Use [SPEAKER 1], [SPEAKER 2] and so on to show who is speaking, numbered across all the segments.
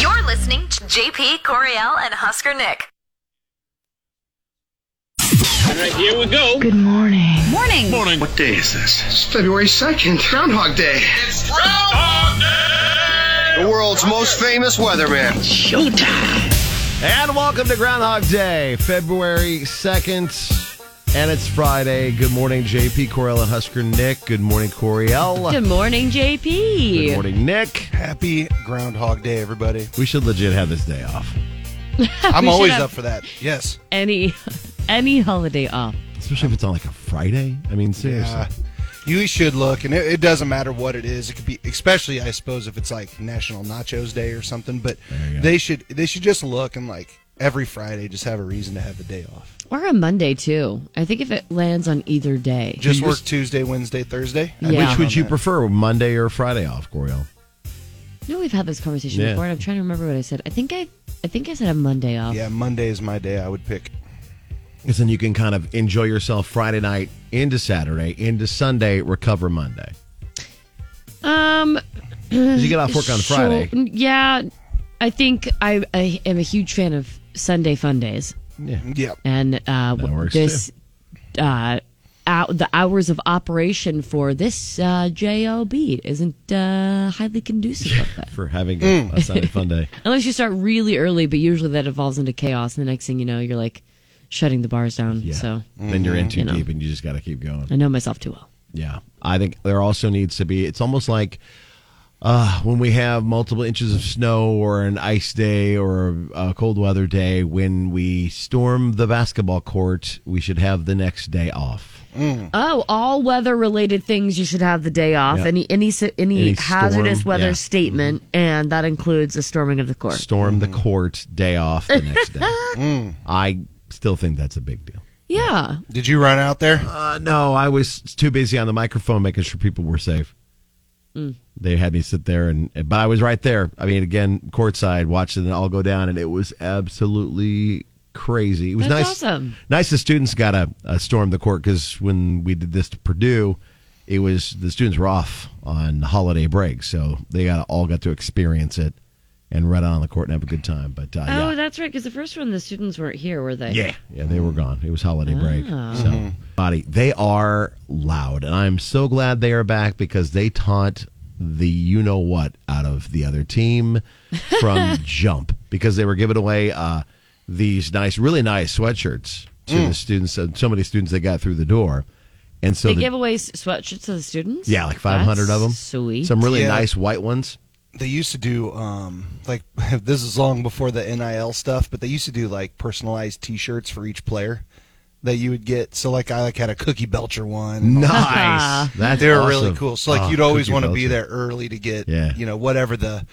[SPEAKER 1] You're listening to JP Coriel and Husker Nick.
[SPEAKER 2] All right, here we go.
[SPEAKER 3] Good morning.
[SPEAKER 4] Morning.
[SPEAKER 2] morning.
[SPEAKER 5] What day is this?
[SPEAKER 6] It's February 2nd, Groundhog Day.
[SPEAKER 7] It's Groundhog Day!
[SPEAKER 6] The world's most famous weatherman.
[SPEAKER 8] And welcome to Groundhog Day, February 2nd. And it's Friday. Good morning, JP Coriel and Husker Nick. Good morning, Coriel.
[SPEAKER 4] Good morning, JP.
[SPEAKER 8] Good morning, Nick.
[SPEAKER 9] Happy Groundhog Day, everybody.
[SPEAKER 8] We should legit have this day off.
[SPEAKER 9] I'm
[SPEAKER 4] should
[SPEAKER 9] always
[SPEAKER 4] have-
[SPEAKER 9] up for that. Yes.
[SPEAKER 4] Any any holiday off.
[SPEAKER 8] Especially if it's on like a Friday. I mean, seriously.
[SPEAKER 9] Uh, you should look, and it, it doesn't matter what it is. It could be, especially I suppose, if it's like National Nachos Day or something. But
[SPEAKER 8] you go.
[SPEAKER 9] they should they should just look and like every Friday just have a reason to have a day off.
[SPEAKER 4] Or a Monday too. I think if it lands on either day.
[SPEAKER 9] Just
[SPEAKER 8] you
[SPEAKER 9] work
[SPEAKER 8] just-
[SPEAKER 9] Tuesday, Wednesday, Thursday.
[SPEAKER 4] Yeah.
[SPEAKER 8] Which would you prefer, Monday or Friday off, Coriel?
[SPEAKER 4] No, we've had this conversation
[SPEAKER 8] Yeah.
[SPEAKER 4] before and I'm trying to remember what I said. I think I I think I said a Monday off.
[SPEAKER 9] Yeah, Monday is my day. I would pick.
[SPEAKER 8] Because then you can kind of enjoy yourself Friday night into Saturday, into Sunday, recover Monday.
[SPEAKER 4] Um
[SPEAKER 8] 'Cause you get off work on
[SPEAKER 4] sure-
[SPEAKER 8] Friday.
[SPEAKER 4] Yeah. I think I, I am a huge fan of Sunday fun days.
[SPEAKER 9] Yeah.
[SPEAKER 4] and uh,
[SPEAKER 8] works,
[SPEAKER 4] this uh, out the hours of operation for this uh, job isn't uh, highly conducive of that.
[SPEAKER 8] For having a, a Sunday fun day.
[SPEAKER 4] Unless you start really early, but usually that evolves into chaos, and the next thing you know, you're like shutting the bars down. So mm,
[SPEAKER 8] Then you're in too
[SPEAKER 4] You know.
[SPEAKER 8] deep and you just got to keep going.
[SPEAKER 4] I know myself too well.
[SPEAKER 8] Yeah, I think there also needs to be. It's almost like uh, when we have multiple inches of snow or an ice day or a cold weather day. When we storm the basketball court, we should have the next day off.
[SPEAKER 4] Oh, all weather related things you should have the day off.
[SPEAKER 8] Yeah.
[SPEAKER 4] Any any si- any,
[SPEAKER 8] Any
[SPEAKER 4] hazardous
[SPEAKER 8] storm,
[SPEAKER 4] weather
[SPEAKER 8] yeah. Mm-hmm.
[SPEAKER 4] statement, and that includes a storming of the court.
[SPEAKER 8] Storm the court, day off the next day. I still think that's a big deal.
[SPEAKER 4] yeah,
[SPEAKER 9] Did you run out there?
[SPEAKER 8] Uh, no, I was too busy on the microphone making sure people were safe.
[SPEAKER 4] Hmm.
[SPEAKER 8] They had me sit there, and but I was right there. I mean, again, courtside, watching it all go down, and it was absolutely crazy. It was
[SPEAKER 4] That's
[SPEAKER 8] nice.
[SPEAKER 4] awesome.
[SPEAKER 8] Nice the students got a, a storm the court because when we did this to Purdue, it was the students were off on holiday break, so they got all got to experience it and run out on the court and have a good time. But uh, yeah.
[SPEAKER 4] Oh, that's right. Because the first one, the students weren't here, were they?
[SPEAKER 8] Yeah, yeah, they were gone. It was holiday break.
[SPEAKER 4] Ah.
[SPEAKER 9] Mm-hmm.
[SPEAKER 8] So, body, they are loud, and I'm so glad they are back because they taunt the you know what out of the other team from jump because they were giving away uh, these nice, really nice sweatshirts to
[SPEAKER 9] Mm.
[SPEAKER 8] the students. Uh, so many students they got through the door, and so
[SPEAKER 4] They
[SPEAKER 8] the-
[SPEAKER 4] gave away s- sweatshirts to the students.
[SPEAKER 8] yeah, like 500 of them.
[SPEAKER 4] That's Sweet.
[SPEAKER 8] Some really
[SPEAKER 9] Yeah.
[SPEAKER 8] nice white ones.
[SPEAKER 9] they used to do um like this is long before the NIL stuff, but they used to do like personalized T-shirts for each player that you would get. So like I like had a Cookie Belcher one.
[SPEAKER 8] Nice. That's
[SPEAKER 9] they were
[SPEAKER 8] awesome.
[SPEAKER 9] really cool. So like
[SPEAKER 8] Oh,
[SPEAKER 9] you'd always
[SPEAKER 8] cookie
[SPEAKER 9] want to be
[SPEAKER 8] belter.
[SPEAKER 9] there early to get
[SPEAKER 8] Yeah.
[SPEAKER 9] you know whatever the,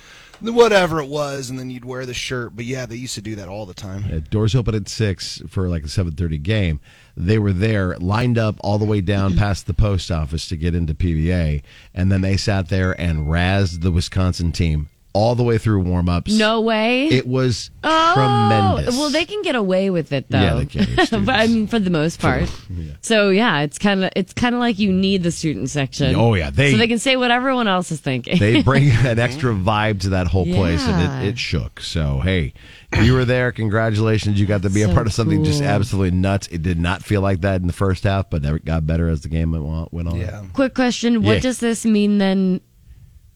[SPEAKER 9] the whatever it was, and then you'd wear the shirt. But yeah, they used to do that all the time.
[SPEAKER 8] Uh, doors open at six for like a seven thirty game. They were there, lined up all the way
[SPEAKER 4] Mm-hmm.
[SPEAKER 8] down past the post office to get into PBA, and then they sat there and razzed the Wisconsin team all the way through warm ups.
[SPEAKER 4] No way.
[SPEAKER 8] it was
[SPEAKER 4] Oh,
[SPEAKER 8] tremendous.
[SPEAKER 4] Well, they can get away with it though.
[SPEAKER 8] Yeah, they can, the students.
[SPEAKER 4] but, I mean, for the most part. So yeah, it's kind of it's kind of like you need the student section.
[SPEAKER 8] Oh, yeah, they-
[SPEAKER 4] so they can say what everyone else is thinking.
[SPEAKER 8] they bring an extra vibe to that whole place, and
[SPEAKER 4] Yeah.
[SPEAKER 8] it, it shook. So hey, you were there. Congratulations, you got to be a
[SPEAKER 4] So
[SPEAKER 8] part of something just
[SPEAKER 4] cool.
[SPEAKER 8] absolutely nuts. It did not feel like that in the first half, but it got better as the game went on- went on.
[SPEAKER 9] Yeah.
[SPEAKER 4] Quick question: What
[SPEAKER 8] Yeah.
[SPEAKER 4] does this mean then?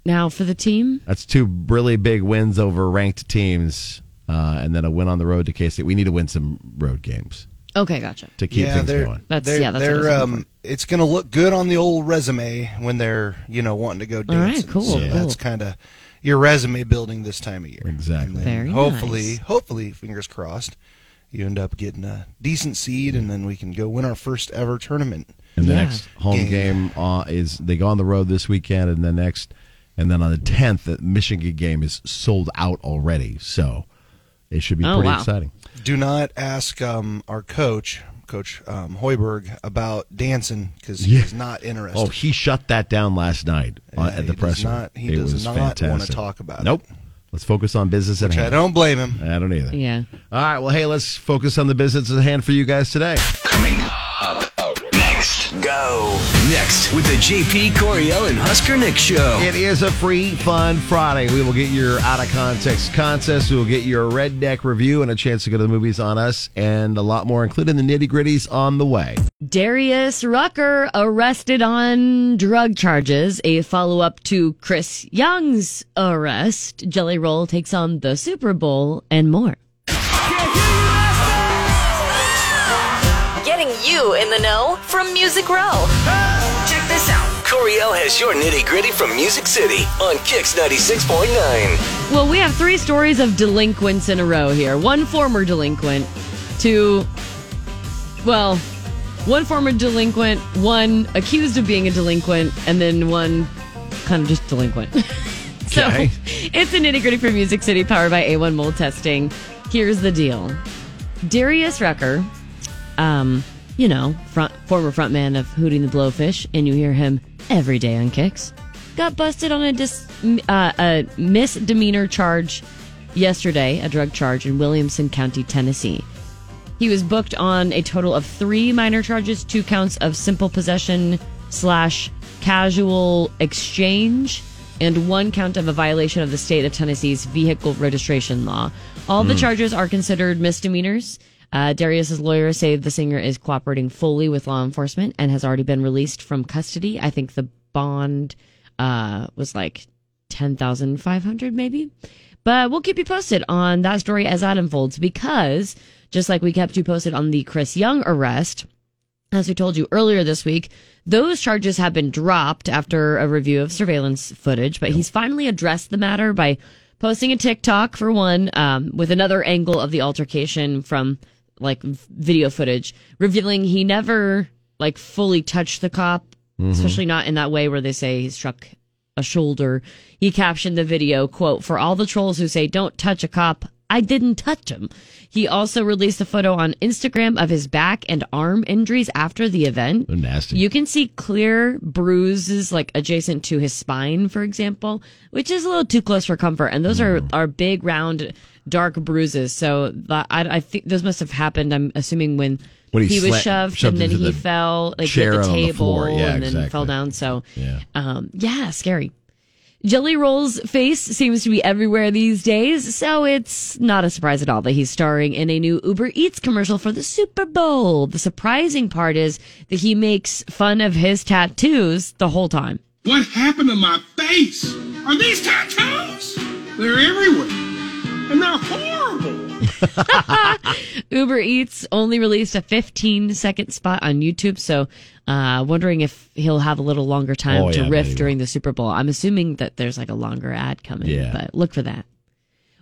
[SPEAKER 4] Now for the team,
[SPEAKER 8] That's two really big wins over ranked teams, uh, and then a win on the road to K State. We need to win some road games
[SPEAKER 4] okay, gotcha.
[SPEAKER 8] to keep
[SPEAKER 9] yeah,
[SPEAKER 8] things
[SPEAKER 9] they're,
[SPEAKER 8] going.
[SPEAKER 4] That's-
[SPEAKER 9] they're,
[SPEAKER 4] yeah, that's what I was
[SPEAKER 9] they're,
[SPEAKER 4] looking
[SPEAKER 9] um, it's going to look good on the old resume when they're you know wanting to go
[SPEAKER 4] All right,
[SPEAKER 9] dancing.
[SPEAKER 4] cool,
[SPEAKER 9] So
[SPEAKER 4] Yeah.
[SPEAKER 9] that's kind of your resume building this time of year.
[SPEAKER 8] Exactly.
[SPEAKER 9] And
[SPEAKER 4] Very
[SPEAKER 9] hopefully,
[SPEAKER 4] nice.
[SPEAKER 9] hopefully, fingers crossed, you end up getting a decent seed, and then we can go win our first ever tournament.
[SPEAKER 8] And the
[SPEAKER 4] Yeah.
[SPEAKER 8] next home game uh, is they go on the road this weekend, and the next, and then on the tenth, the Michigan game is sold out already. So it should be
[SPEAKER 4] Oh,
[SPEAKER 8] pretty
[SPEAKER 4] wow.
[SPEAKER 8] exciting.
[SPEAKER 9] Do not ask um, our coach, Coach um, Hoiberg, about dancing because he's not interested.
[SPEAKER 8] Oh, he shut that down last night uh,
[SPEAKER 9] Yeah,
[SPEAKER 8] at
[SPEAKER 9] he
[SPEAKER 8] the
[SPEAKER 9] does
[SPEAKER 8] presser.
[SPEAKER 9] not- he
[SPEAKER 8] it
[SPEAKER 9] does
[SPEAKER 8] was
[SPEAKER 9] not wanna
[SPEAKER 8] fantastic.
[SPEAKER 9] talk about it.
[SPEAKER 8] nope. Let's focus on business at
[SPEAKER 9] which I
[SPEAKER 8] hand.
[SPEAKER 9] don't blame him.
[SPEAKER 8] I don't either.
[SPEAKER 4] Yeah.
[SPEAKER 8] All right. Well, hey, let's focus on the business at hand for you guys today.
[SPEAKER 7] Coming up next. Go.
[SPEAKER 3] Next with the JP Coriel and Husker Nick show.
[SPEAKER 8] It is a free fun Friday. We will get your out of context contest. We will get your redneck review and a chance to go to the movies on us and a lot more, including the nitty gritties on the way.
[SPEAKER 4] Darius Rucker arrested on drug charges, a follow up to Chris Young's arrest. Jelly Roll takes on the Super Bowl and more.
[SPEAKER 1] Getting you in the know from Music Row. Check this out.
[SPEAKER 3] Coriel has your nitty gritty from Music City on Kix 96.9.
[SPEAKER 4] Well, we have three stories of delinquents in a row here. One former delinquent, two, well, one former delinquent, one accused of being a delinquent, and then one kind of just delinquent. so
[SPEAKER 8] Okay.
[SPEAKER 4] it's a nitty gritty for Music City powered by A1 mold testing. Here's the deal Darius Rucker, um, you know, front, former frontman of Hooting the Blowfish, and you hear him every day on Kicks, got busted on a, dis, uh, a misdemeanor charge yesterday, a drug charge in Williamson County, Tennessee. He was booked on a total of three minor charges, two counts of simple possession slash casual exchange, and one count of a violation of the state of Tennessee's vehicle registration law. All the charges are considered misdemeanors. Uh, Darius's lawyers say the singer is cooperating fully with law enforcement and has already been released from custody. I think the bond uh, was like ten thousand five hundred, maybe. But we'll keep you posted on that story as that unfolds because just like we kept you posted on the Chris Young arrest, as we told you earlier this week, those charges have been dropped after a review of surveillance footage. But he's finally addressed the matter by posting a TikTok for one, um, with another angle of the altercation from like v- video footage, revealing he never like fully touched the cop, especially not in that way where they say he struck a shoulder. He captioned the video, quote, for all the trolls who say don't touch a cop, I didn't touch him. He also released a photo on Instagram of his back and arm injuries after the event.
[SPEAKER 8] They're nasty.
[SPEAKER 4] You can see clear bruises like adjacent to his spine, for example, which is a little too close for comfort. And those are,
[SPEAKER 8] Mm-hmm.
[SPEAKER 4] are big, round, dark bruises. So the- I, I think those must have happened, I'm assuming, when,
[SPEAKER 8] When he
[SPEAKER 4] he, was
[SPEAKER 8] sla-
[SPEAKER 4] shoved,
[SPEAKER 8] shoved
[SPEAKER 4] and then
[SPEAKER 8] into
[SPEAKER 4] he
[SPEAKER 8] the
[SPEAKER 4] fell like
[SPEAKER 8] chair
[SPEAKER 4] hit
[SPEAKER 8] and
[SPEAKER 4] the
[SPEAKER 8] on the
[SPEAKER 4] table
[SPEAKER 8] floor. Yeah,
[SPEAKER 4] and then fell
[SPEAKER 8] exactly.
[SPEAKER 4] down. So
[SPEAKER 8] Yeah.
[SPEAKER 4] um, yeah, scary. Jelly Roll's face seems to be everywhere these days, so it's not a surprise at all that he's starring in a new Uber Eats commercial for the Super Bowl. The surprising part is that he makes fun of his tattoos the whole time.
[SPEAKER 7] What happened to my face? Are these tattoos? They're everywhere. And they're horrible.
[SPEAKER 4] Uber Eats only released a 15 second spot on YouTube, so uh, wondering if he'll have a little longer time
[SPEAKER 8] Oh,
[SPEAKER 4] to
[SPEAKER 8] yeah, I bet he
[SPEAKER 4] riff
[SPEAKER 8] will.
[SPEAKER 4] during the Super Bowl. I'm assuming that there's like a longer ad coming,
[SPEAKER 8] Yeah.
[SPEAKER 4] but look for that.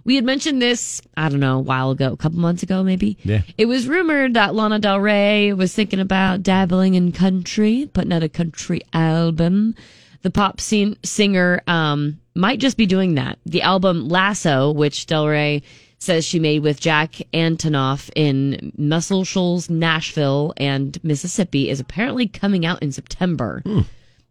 [SPEAKER 4] We had mentioned this, I don't know, a while ago, a couple months ago, maybe.
[SPEAKER 8] Yeah.
[SPEAKER 4] It was rumored that Lana Del Rey was thinking about dabbling in country, putting out a country album. The pop scene singer um, might just be doing that. The album Lasso, which Del Rey says she made with Jack Antonoff in Muscle Shoals, Nashville, and Mississippi, is apparently coming out in September.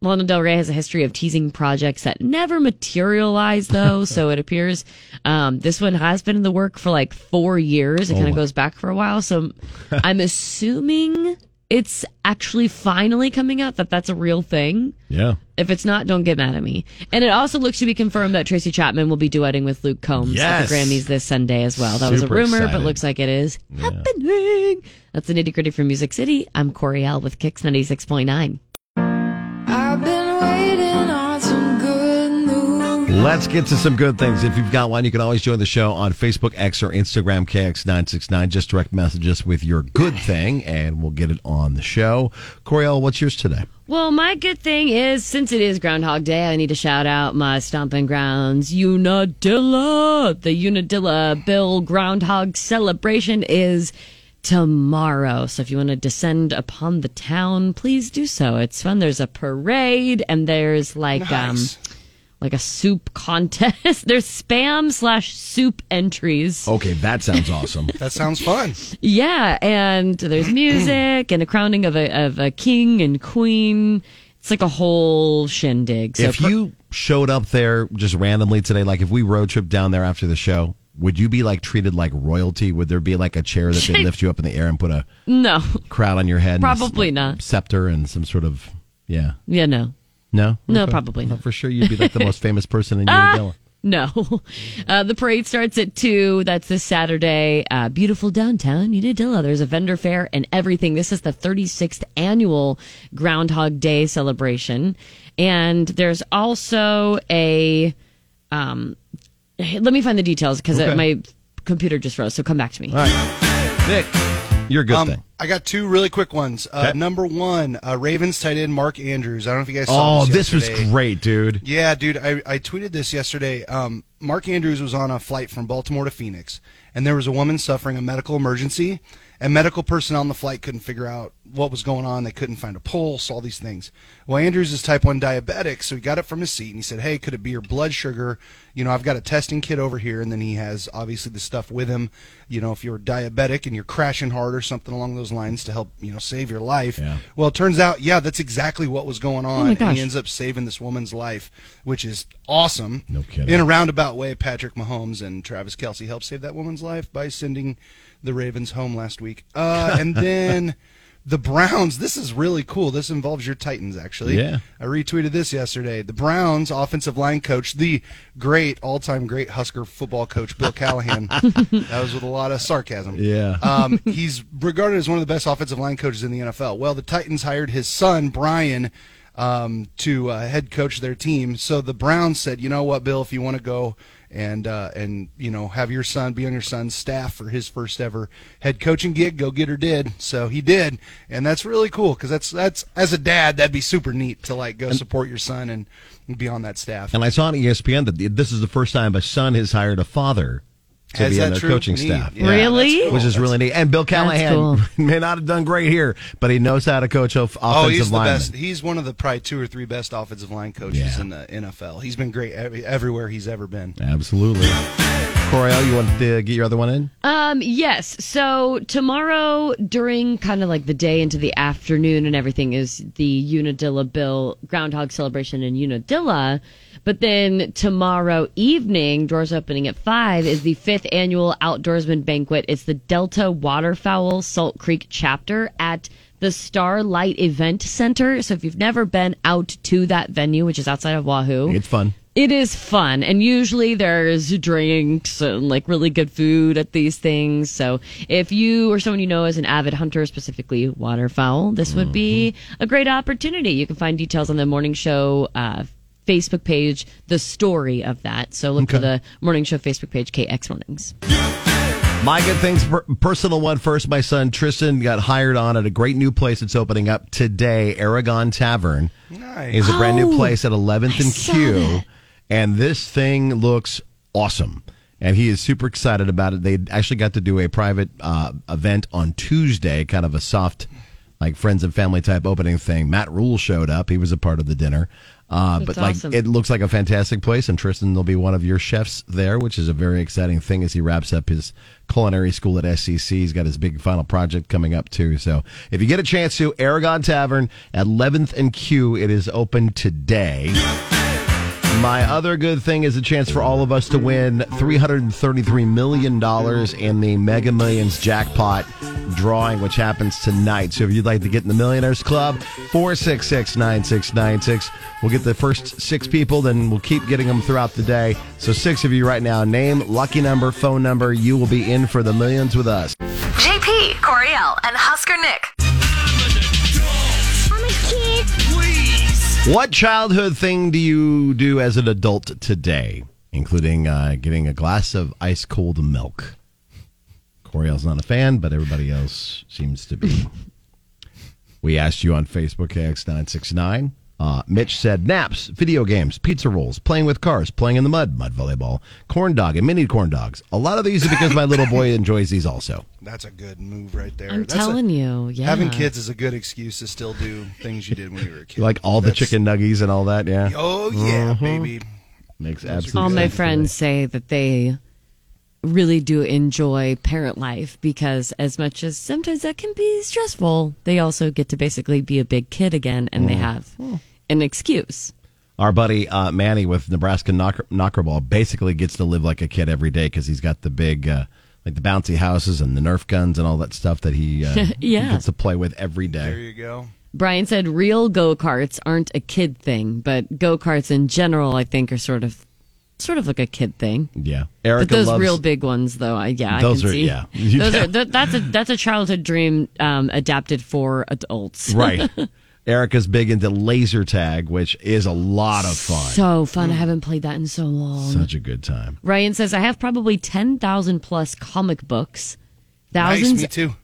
[SPEAKER 4] Lana Del Rey has a history of teasing projects that never materialize, though. so it appears um, this one has been in the work for like four years.
[SPEAKER 8] Oh,
[SPEAKER 4] It kind of goes back for a while. So I'm assuming it's actually finally coming out that that's a real thing.
[SPEAKER 8] Yeah.
[SPEAKER 4] If it's not, don't get mad at me. And it also looks to be confirmed that Tracy Chapman will be duetting with Luke Combs at the
[SPEAKER 8] Yes.
[SPEAKER 4] Grammys this Sunday as well. That was a
[SPEAKER 8] Super
[SPEAKER 4] rumor, but
[SPEAKER 8] excited.
[SPEAKER 4] looks like it is happening. That's the nitty gritty from Music City. I'm Corey L with Kicks 96.9.
[SPEAKER 8] Let's get to some good things. If you've got one, you can always join the show on Facebook, X, or Instagram, KX969. Just direct message us with your good thing, and we'll get it on the show. Coriel, what's yours today?
[SPEAKER 4] Well, my good thing is since it is Groundhog Day, I need to shout out my stomping grounds, Unadilla. The Unadilla Bill Groundhog celebration is tomorrow. So if you want to descend upon the town, please do so. It's fun. There's a parade and there's like
[SPEAKER 9] Nice.
[SPEAKER 4] um like a soup contest. there's spam slash soup entries.
[SPEAKER 8] Okay, that sounds awesome.
[SPEAKER 9] That sounds fun.
[SPEAKER 4] Yeah, and there's music and a crowning of a of a king and queen. It's like a whole shindig. So
[SPEAKER 8] if
[SPEAKER 4] per-
[SPEAKER 8] you showed up there just randomly today, like if we road trip down there after the show, would you be like treated like royalty? Would there be like a chair that they lift you up in the air and put a
[SPEAKER 4] no,
[SPEAKER 8] crown on your head? and a
[SPEAKER 4] Probably
[SPEAKER 8] s-
[SPEAKER 4] not.
[SPEAKER 8] Scepter and some sort of Yeah.
[SPEAKER 4] Yeah, no.
[SPEAKER 8] No?
[SPEAKER 4] No, probably not.
[SPEAKER 8] For sure, you'd be like the most famous person in Unadilla.
[SPEAKER 4] No. Uh, the parade starts at 2. That's this Saturday. Uh, beautiful downtown Unadilla. There's a vendor fair and everything. This is the 36th annual Groundhog Day celebration. And there's also a. Um, let me find the details because
[SPEAKER 8] Okay.
[SPEAKER 4] my computer just froze. So come back to me.
[SPEAKER 8] Nick, you're a good thing.
[SPEAKER 9] Um, I got two really quick ones. Uh,
[SPEAKER 8] Okay.
[SPEAKER 9] Number one, uh, Ravens tight end Mark Andrews. I don't know if you guys saw
[SPEAKER 8] Oh,
[SPEAKER 9] this.
[SPEAKER 8] this was
[SPEAKER 9] yesterday.
[SPEAKER 8] great, dude.
[SPEAKER 9] Yeah, dude, I, I tweeted this yesterday. Um, Mark Andrews was on a flight from Baltimore to Phoenix, and there was a woman suffering a medical emergency, and medical personnel on the flight couldn't figure out what was going on. They couldn't find a pulse, all these things. Well, Andrews is type 1 diabetic, so he got up from his seat and he said, Hey, could it be your blood sugar? You know, I've got a testing kit over here, and then he has obviously the stuff with him. You know, if you're diabetic and you're crashing hard or something along those lines to help, you know, save your life.
[SPEAKER 8] Yeah.
[SPEAKER 9] Well, it turns out, yeah, that's exactly what was going on. and he
[SPEAKER 4] gosh.
[SPEAKER 9] ends ends up saving this woman's life, which is awesome.
[SPEAKER 8] No kidding.
[SPEAKER 9] In a roundabout way, Patrick Mahomes and Travis Kelsey helped save that woman's life by sending the Ravens home last week. Uh, and then the Browns. This is really cool. This involves your Titans, actually.
[SPEAKER 8] Yeah.
[SPEAKER 9] I retweeted this yesterday. The Browns offensive line coach, the great, all time great Husker football coach, Bill Callahan. that was with a lot of sarcasm.
[SPEAKER 8] Yeah.
[SPEAKER 9] Um, he's regarded as one of the best offensive line coaches in the NFL. Well, the Titans hired his son, Brian, um, to uh, head coach their team. So the Browns said, you know what, Bill, if you want to go and, uh, and you know, have your son be on your son's staff for his first ever head coaching gig, go get her did. So he did. And that's really cool because that's, that's, as a dad, that'd be super neat to like go support your son and, and be on that staff.
[SPEAKER 8] And I saw on E ESPN that the- this is the first time a son has hired a father to
[SPEAKER 9] Is
[SPEAKER 8] be on
[SPEAKER 9] that
[SPEAKER 8] their
[SPEAKER 9] true?
[SPEAKER 8] coaching
[SPEAKER 9] Neat.
[SPEAKER 8] staff.
[SPEAKER 9] Yeah,
[SPEAKER 4] Really?
[SPEAKER 9] that's cool.
[SPEAKER 8] Which is really neat. And Bill Callahan
[SPEAKER 4] cool.
[SPEAKER 8] may not have done great here, but he knows how to coach of- offensive
[SPEAKER 9] Oh, he's the
[SPEAKER 8] linemen.
[SPEAKER 9] best. He's one of the probably two or three best offensive line coaches
[SPEAKER 8] Yeah.
[SPEAKER 9] in the NFL. He's been great every, everywhere he's ever been.
[SPEAKER 8] Absolutely. Coriel, you want to get your other one in?
[SPEAKER 4] Um, yes. So tomorrow during kind of like the day into the afternoon and everything is the Unadilla Bill Groundhog Celebration in Unadilla. But then tomorrow evening, doors opening at five, is the fifth annual Outdoorsman Banquet. It's the Delta Waterfowl Salt Creek chapter at the Starlight Event Center. So if you've never been out to that venue, which is outside of Wahoo,
[SPEAKER 8] It's fun.
[SPEAKER 4] it is fun, and usually there's drinks and like really good food at these things. So, if you or someone you know is an avid hunter, specifically waterfowl, this would be
[SPEAKER 9] Mm-hmm.
[SPEAKER 4] a great opportunity. You can find details on the morning show uh, Facebook page, the story of that. So, look for the morning show Facebook page, KX Mornings.
[SPEAKER 8] My good things, per- personal one first. My son Tristan got hired on at a great new place that's opening up today, Aragon Tavern.
[SPEAKER 9] Nice.
[SPEAKER 8] is a brand
[SPEAKER 4] Oh,
[SPEAKER 8] new place at 11th
[SPEAKER 4] I
[SPEAKER 8] and
[SPEAKER 4] saw
[SPEAKER 8] Q.
[SPEAKER 4] that.
[SPEAKER 8] And this thing looks awesome. And he is super excited about it. They actually got to do a private uh, event on Tuesday, kind of a soft, like friends and family type opening thing. Matt Rule showed up. He was a part of the dinner. Uh,
[SPEAKER 4] That's
[SPEAKER 8] but like
[SPEAKER 4] awesome.
[SPEAKER 8] it looks like a fantastic place, and Tristan will be one of your chefs there, which is a very exciting thing as he wraps up his culinary school at SCC. He's got his big final project coming up too. So if you get a chance to Aragon Tavern at 11th and Q, it is open today. My other good thing is a chance for all of us to win $333 million in the Mega Millions jackpot drawing, which happens tonight. So if you'd like to get in the Millionaires Club, 466 9696. We'll get the first six people, then we'll keep getting them throughout the day. So six of you right now, name, lucky number, phone number. You will be in for the millions with us.
[SPEAKER 1] JP, Coriel, and Husker Nick.
[SPEAKER 5] I'm a kid. Please.
[SPEAKER 8] What childhood thing do you do as an adult today, including uh, getting a glass of ice cold milk? Coriel's not a fan, but everybody else seems to be. We asked you on Facebook KX969. Uh, Mitch said naps, video games, pizza rolls, playing with cars, playing in the mud, mud volleyball, corn dog, and mini corn dogs. A lot of these are because my little boy enjoys these also.
[SPEAKER 9] That's a good move right there.
[SPEAKER 4] I'm
[SPEAKER 9] That's a-
[SPEAKER 4] telling you, yeah.
[SPEAKER 9] Having kids is a good excuse to still do things you did when you were a kid.
[SPEAKER 8] You like all the
[SPEAKER 9] That's-
[SPEAKER 8] chicken Mm-hmm. nuggies and all that, yeah?
[SPEAKER 9] Oh yeah, baby.
[SPEAKER 8] Makes absolute
[SPEAKER 4] All my
[SPEAKER 8] sense to me.
[SPEAKER 4] friends say that they really do enjoy parent life because as much as sometimes that can be stressful, they also get to basically be a big kid again and
[SPEAKER 8] Mm.
[SPEAKER 4] they have an excuse.
[SPEAKER 8] Our buddy uh, Manny with Nebraska Knocker, Knockerball basically gets to live like a kid every day because he's got the big, uh, like the bouncy houses and the Nerf guns and all that stuff that he uh,
[SPEAKER 4] Yeah.
[SPEAKER 8] gets to play with every day.
[SPEAKER 9] There you go.
[SPEAKER 4] Brian said real go karts aren't a kid thing, but go karts in general, I think, are sort of sort of like a kid thing.
[SPEAKER 8] Yeah,
[SPEAKER 4] But
[SPEAKER 8] Erica
[SPEAKER 4] those
[SPEAKER 8] loves
[SPEAKER 4] real big ones, though, I, yeah,
[SPEAKER 8] Those
[SPEAKER 4] I can
[SPEAKER 8] are-
[SPEAKER 4] see.
[SPEAKER 8] yeah.
[SPEAKER 4] those are th- that's a that's a childhood dream um, adapted for adults.
[SPEAKER 8] right. Erica's big into laser tag, which is a lot of fun.
[SPEAKER 4] So fun!
[SPEAKER 8] Mm.
[SPEAKER 4] I haven't played that in so long.
[SPEAKER 8] Such a good time.
[SPEAKER 4] Ryan says I have probably ten thousand plus comic books,
[SPEAKER 9] Nice,
[SPEAKER 4] thousands
[SPEAKER 9] me too.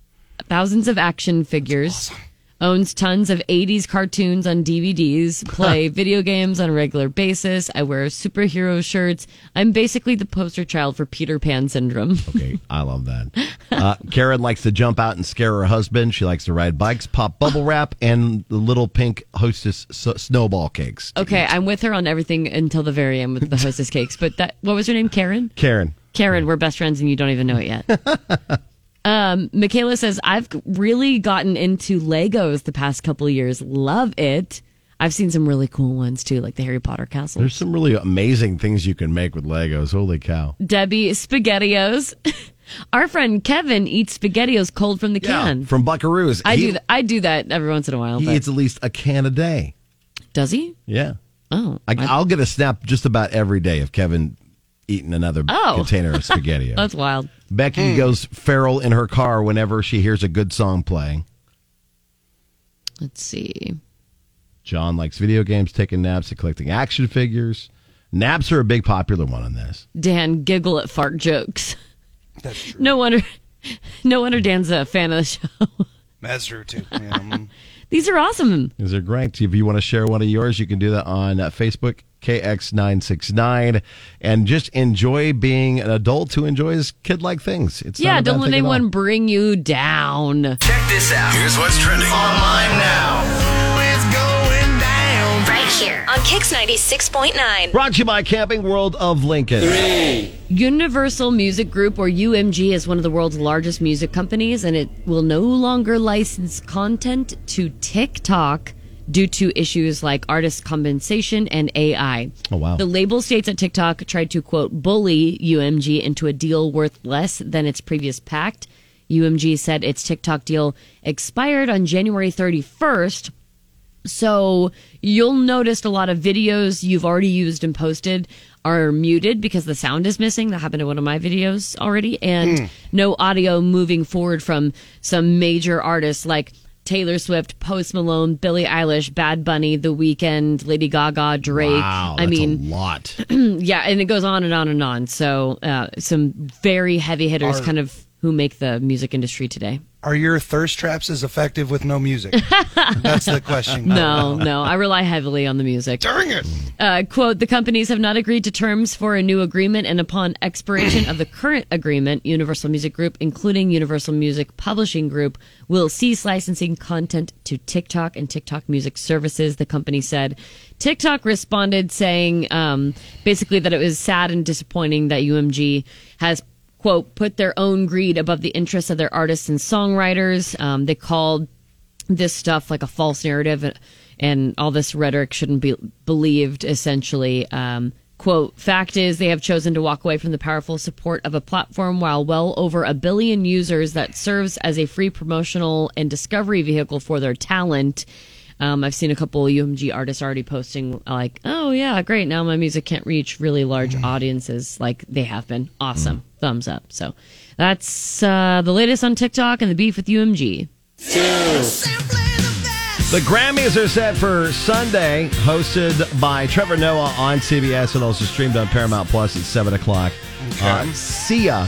[SPEAKER 4] thousands of action figures, owns tons of 80s cartoons on DVDs, play video games on a regular basis. I wear superhero shirts. I'm basically the poster child for Peter Pan syndrome.
[SPEAKER 8] Okay, I love that. Uh, Karen likes to jump out and scare her husband. She likes to ride bikes, pop bubble wrap, and the little pink hostess s- snowball cakes.
[SPEAKER 4] Okay, I'm with her on everything until the very end with the hostess cakes. But that what was her name? Karen?
[SPEAKER 8] Karen,
[SPEAKER 4] Karen, we're best friends and you don't even know it yet. um, Michaela says, I've really gotten into Legos the past couple of years. Love it. I've seen some really cool ones too, like the Harry Potter castle.
[SPEAKER 8] there's some really amazing things you can make with Legos. Holy cow.
[SPEAKER 4] Debbie SpaghettiOs. Our friend Kevin eats SpaghettiOs cold from the can.
[SPEAKER 8] From Buckaroos.
[SPEAKER 4] I
[SPEAKER 8] He-
[SPEAKER 4] do. Th- I do that every once in a while.
[SPEAKER 8] He
[SPEAKER 4] But
[SPEAKER 8] eats at least a can a day.
[SPEAKER 4] does he?
[SPEAKER 8] Yeah.
[SPEAKER 4] Oh,
[SPEAKER 8] I, I'll get a snap just about every day of Kevin eating another
[SPEAKER 4] Oh.
[SPEAKER 8] container of spaghetti.
[SPEAKER 4] that's mm. wild.
[SPEAKER 8] Becky goes feral in her car whenever she hears a good song playing.
[SPEAKER 4] Let's see.
[SPEAKER 8] John likes video games, taking naps, and collecting action figures. Naps are a big popular one on this.
[SPEAKER 4] Dan giggle at fart jokes. That's true. No wonder. No wonder Dan's a fan of the show.
[SPEAKER 9] That's true too. Yeah, um,
[SPEAKER 4] These are awesome.
[SPEAKER 8] These are great. If you want to share one of yours, you can do that on uh, Facebook, KX969, and just enjoy being an adult who enjoys kid like things. It's
[SPEAKER 4] yeah,
[SPEAKER 8] not a bad
[SPEAKER 4] don't let
[SPEAKER 8] thing at all.
[SPEAKER 4] anyone bring you down.
[SPEAKER 3] Check this out.
[SPEAKER 5] Here's what's trending online now. It's going down.
[SPEAKER 1] Right here on Kix 96.9.
[SPEAKER 8] Brought to you by Camping World of Lincoln.
[SPEAKER 4] Universal Music Group, or UMG, is one of the world's largest music companies, and it will no longer license content to TikTok due to issues like artist compensation and AI.
[SPEAKER 8] Oh, wow.
[SPEAKER 4] The label states that TikTok tried to, quote, bully UMG into a deal worth less than its previous pact. UMG said its TikTok deal expired on January 31st, so you'll notice a lot of videos you've already used and posted are muted because the sound is missing. That happened to one of my videos already.
[SPEAKER 8] Hmm.
[SPEAKER 4] And no audio moving forward from some major artists like Taylor Swift, Post Malone, Billie Eilish, Bad Bunny, The Weeknd, Lady Gaga, Drake.
[SPEAKER 8] Wow,
[SPEAKER 4] I
[SPEAKER 8] that's
[SPEAKER 4] mean,
[SPEAKER 8] a lot.
[SPEAKER 4] yeah, and it goes on and on and on. So uh, some very heavy hitters, kind of who make the music industry today.
[SPEAKER 9] are your thirst traps as effective with no music? That's the question.
[SPEAKER 4] No, no, I rely heavily on the music.
[SPEAKER 9] Dang it.
[SPEAKER 4] Uh, quote, the companies have not agreed to terms for a new agreement, and upon expiration of the current agreement, Universal Music Group, including Universal Music Publishing Group, will cease licensing content to TikTok and TikTok Music Services, the company said. TikTok responded saying um, basically that it was sad and disappointing that UMG has quote, put their own greed above the interests of their artists and songwriters. Um, they called this stuff like a false narrative and, and all this rhetoric shouldn't be believed, essentially. Um, quote, fact is they have chosen to walk away from the powerful support of a platform while well over a billion users that serves as a free promotional and discovery vehicle for their talent. Um, I've seen a couple UMG artists already posting like, "Oh yeah, great! Now my music can't reach really large audiences like they have been. Awesome, thumbs up." So that's uh, the latest on TikTok and the beef with UMG.
[SPEAKER 8] The Grammys are set for Sunday, hosted by Trevor Noah on CBS and also streamed on Paramount Plus at 7 o'clock. Uh, Sia,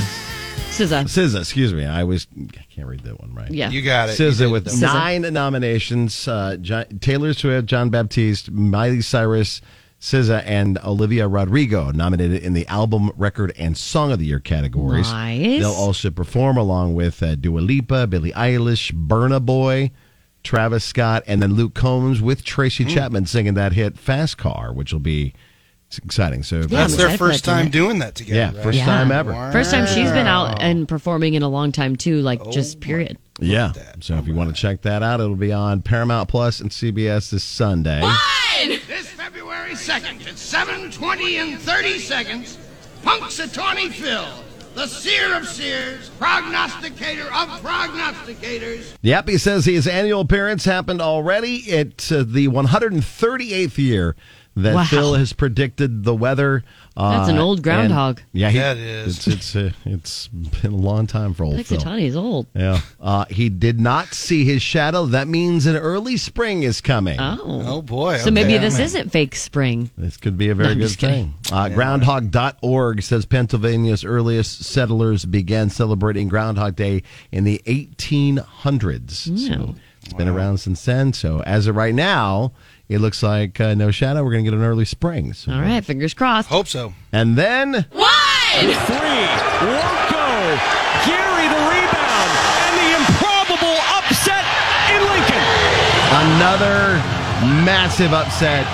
[SPEAKER 4] SZA,
[SPEAKER 8] SZA, excuse me, I was, I can't read that one right.
[SPEAKER 4] yeah,
[SPEAKER 9] You got it. You
[SPEAKER 8] SZA
[SPEAKER 9] did
[SPEAKER 8] with
[SPEAKER 9] the-
[SPEAKER 8] nine nominations, uh, John, Taylor Swift, John Baptiste, Miley Cyrus, SZA, and Olivia Rodrigo nominated in the Album, Record, and Song of the Year categories.
[SPEAKER 4] Nice.
[SPEAKER 8] They'll also perform along with uh, Dua Lipa, Billie Eilish, Burna Boy, Travis Scott, and then Luke Combs with Tracy Chapman singing that hit "Fast Car," which will be it's exciting. So if
[SPEAKER 4] Yeah,
[SPEAKER 9] That's
[SPEAKER 8] everyone-
[SPEAKER 9] their
[SPEAKER 4] I've
[SPEAKER 9] first
[SPEAKER 4] liked
[SPEAKER 9] time
[SPEAKER 4] it.
[SPEAKER 9] doing that together.
[SPEAKER 8] yeah,
[SPEAKER 9] right?
[SPEAKER 8] first
[SPEAKER 4] Yeah.
[SPEAKER 8] time ever.
[SPEAKER 4] first time she's been out and performing in a long time too. Like
[SPEAKER 9] Oh,
[SPEAKER 4] just period.
[SPEAKER 8] Yeah. So if you want to check that out, it'll be on Paramount Plus and CBS this Sunday.
[SPEAKER 7] This February 2nd at 7:20 and 30 seconds, Punxsutawney Phil the seer of seers, prognosticator of prognosticators.
[SPEAKER 8] Yep, he says his annual appearance happened already. It's uh, the 138th year that
[SPEAKER 4] Wow.
[SPEAKER 8] Phil has predicted the weather. Uh,
[SPEAKER 4] That's an old
[SPEAKER 8] and-
[SPEAKER 4] groundhog.
[SPEAKER 8] yeah, he-
[SPEAKER 9] Yeah, it is.
[SPEAKER 8] It's it's, uh, it's been a long time for old
[SPEAKER 4] Nick
[SPEAKER 8] Phil.
[SPEAKER 4] Satani is old.
[SPEAKER 8] Yeah, uh, he did not see his shadow. That means an early spring is coming.
[SPEAKER 4] Oh.
[SPEAKER 9] Oh, boy,
[SPEAKER 4] So maybe
[SPEAKER 9] okay.
[SPEAKER 4] this
[SPEAKER 9] Yeah.
[SPEAKER 4] isn't fake spring.
[SPEAKER 8] This could be a very
[SPEAKER 4] I'm
[SPEAKER 8] good
[SPEAKER 4] just kidding.
[SPEAKER 8] thing. Uh, Groundhog.org says Pennsylvania's earliest settlers began celebrating Groundhog Day in the 1800s. So it's been around since then. So as of right now, it looks like uh, no shadow. We're going to get an early spring. So-
[SPEAKER 4] All right, fingers crossed.
[SPEAKER 9] Hope so.
[SPEAKER 8] And then
[SPEAKER 10] Three. Loco. Gary the rebound. And the improbable upset in Lincoln.
[SPEAKER 8] another massive upset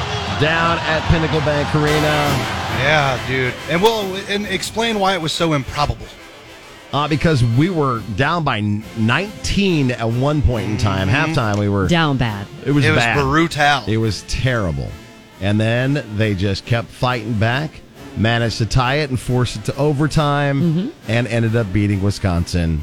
[SPEAKER 8] down at Pinnacle Bank Arena.
[SPEAKER 9] Yeah, dude. And we'll and explain why it was so improbable.
[SPEAKER 8] uh, because we were down by 19 at one point in time. Halftime, we were
[SPEAKER 4] Down bad.
[SPEAKER 8] It was
[SPEAKER 9] It was
[SPEAKER 8] bad.
[SPEAKER 9] brutal.
[SPEAKER 8] It was terrible. And then they just kept fighting back, managed to tie it and force it to overtime,
[SPEAKER 4] Mm-hmm.
[SPEAKER 8] and ended up beating Wisconsin.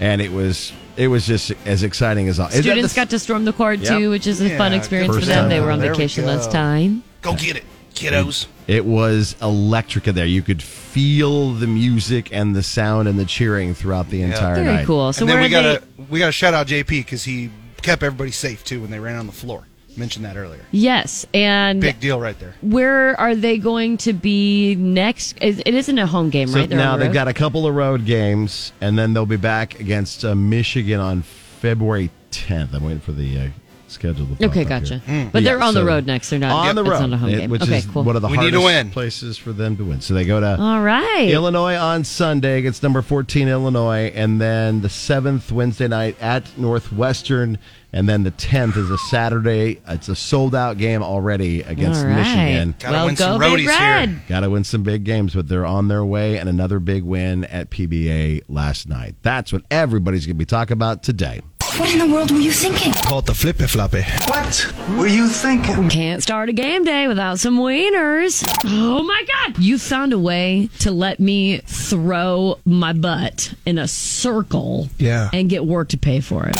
[SPEAKER 8] And it was it was just as exciting as all. is that
[SPEAKER 4] Students
[SPEAKER 8] the-
[SPEAKER 4] got to storm the court
[SPEAKER 8] Yep.
[SPEAKER 4] too, which is a
[SPEAKER 9] Yeah,
[SPEAKER 4] fun
[SPEAKER 9] good
[SPEAKER 4] experience
[SPEAKER 8] for
[SPEAKER 4] for them.
[SPEAKER 8] them.
[SPEAKER 4] They were on
[SPEAKER 9] There we
[SPEAKER 4] vacation
[SPEAKER 9] go.
[SPEAKER 4] last time.
[SPEAKER 9] Go get it, kiddos.
[SPEAKER 8] It was electric in there. You could feel the music and the sound and the cheering throughout the entire
[SPEAKER 4] Very
[SPEAKER 8] night.
[SPEAKER 4] cool. So
[SPEAKER 9] and
[SPEAKER 4] where
[SPEAKER 9] then
[SPEAKER 4] are
[SPEAKER 9] we
[SPEAKER 4] they?
[SPEAKER 9] gotta we gotta shout out JP because he kept everybody safe too when they ran on the floor. Mentioned that earlier.
[SPEAKER 4] Yes, and
[SPEAKER 9] Big deal right there.
[SPEAKER 4] where are they going to be next? Is- It isn't a home game,
[SPEAKER 8] So
[SPEAKER 4] right? They're on
[SPEAKER 8] now
[SPEAKER 4] the
[SPEAKER 8] they've
[SPEAKER 4] road?
[SPEAKER 8] got a couple of road games, and then they'll be back against uh, Michigan on February 10th. I'm waiting for the uh, schedule. To pop
[SPEAKER 4] Okay,
[SPEAKER 8] up
[SPEAKER 4] gotcha.
[SPEAKER 8] here.
[SPEAKER 9] Mm.
[SPEAKER 4] But they're on the
[SPEAKER 8] so-
[SPEAKER 4] road next. They're not
[SPEAKER 8] on the
[SPEAKER 4] it's
[SPEAKER 8] road,
[SPEAKER 4] not a home
[SPEAKER 8] it-
[SPEAKER 4] game.
[SPEAKER 8] which
[SPEAKER 4] okay,
[SPEAKER 8] is
[SPEAKER 4] cool. Oh,
[SPEAKER 8] one of the
[SPEAKER 9] We need
[SPEAKER 8] hardest
[SPEAKER 9] to win.
[SPEAKER 8] places for them to win. So they go to
[SPEAKER 4] All right.
[SPEAKER 8] Illinois on Sunday against number 14 Illinois, and then the seventh Wednesday night at Northwestern, and then the 10th is a Saturday. It's a sold out game already against
[SPEAKER 4] All right.
[SPEAKER 8] Michigan.
[SPEAKER 9] Gotta
[SPEAKER 4] well,
[SPEAKER 9] win
[SPEAKER 4] go
[SPEAKER 9] some
[SPEAKER 4] Big
[SPEAKER 9] roadies here.
[SPEAKER 4] Red.
[SPEAKER 8] Got to win some big games, but they're on their way. And another big win at PBA last night. That's what everybody's going to be talking about today.
[SPEAKER 5] What in the world were you thinking?
[SPEAKER 9] Call it the flippy floppy.
[SPEAKER 5] What were you thinking?
[SPEAKER 4] Can't start a game day without some wieners. Oh my God. You found a way to let me throw my butt in a circle
[SPEAKER 9] Yeah.
[SPEAKER 4] and get work to pay for it.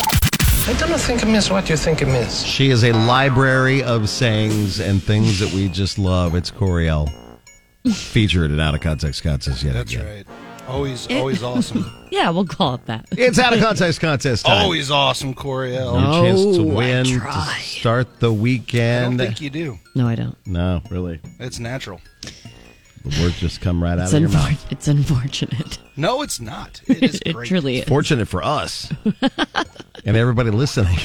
[SPEAKER 5] I don't think it is what you think it is.
[SPEAKER 8] She is a library of sayings and things that we just love. It's Coriel. Featured in Out of Context Scott says yet
[SPEAKER 9] That's
[SPEAKER 8] again.
[SPEAKER 9] right. Always, always awesome.
[SPEAKER 4] Yeah, we'll call it that.
[SPEAKER 8] It's Out of Context Contest time.
[SPEAKER 9] always awesome, Corey L.
[SPEAKER 8] Your
[SPEAKER 9] I
[SPEAKER 8] chance to
[SPEAKER 4] Oh, I
[SPEAKER 8] win, to
[SPEAKER 4] tried.
[SPEAKER 8] start the
[SPEAKER 9] don't
[SPEAKER 8] weekend.
[SPEAKER 9] think you do.
[SPEAKER 4] No, I don't.
[SPEAKER 8] no, really.
[SPEAKER 9] It's uh, natural.
[SPEAKER 8] The words just come right out
[SPEAKER 4] It's,
[SPEAKER 8] of your
[SPEAKER 4] unfor-
[SPEAKER 8] mouth.
[SPEAKER 4] it's unfortunate.
[SPEAKER 9] No, it's not. It is
[SPEAKER 4] It
[SPEAKER 9] great.
[SPEAKER 4] truly is.
[SPEAKER 8] Fortunate for us and everybody listening,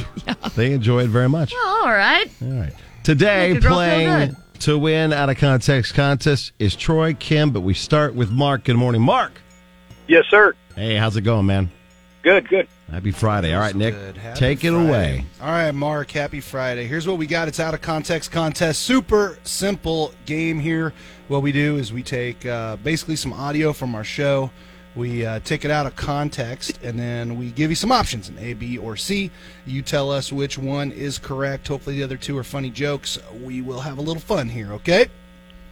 [SPEAKER 8] they enjoy it very much.
[SPEAKER 4] All right.
[SPEAKER 8] All right. Today,
[SPEAKER 4] Make a girl feel
[SPEAKER 8] playing
[SPEAKER 4] good.
[SPEAKER 8] to win out of context contest is Troy Kim, but we start with Mark. Good morning, Mark.
[SPEAKER 2] Yes, sir.
[SPEAKER 8] Hey, how's it going, man?
[SPEAKER 2] Good, good.
[SPEAKER 8] Happy Friday. All right, Nick,
[SPEAKER 9] Good. Happy
[SPEAKER 8] take it
[SPEAKER 9] Friday.
[SPEAKER 8] away.
[SPEAKER 9] All right, Mark. Happy Friday. Here's what we got. It's out of context contest. Super simple game here. What we do is we take uh, basically some audio from our show. We uh, take it out of context, and then we give you some options: an A, B, or C. You tell us which one is correct. Hopefully, the other two are funny jokes. We will have a little fun here. Okay.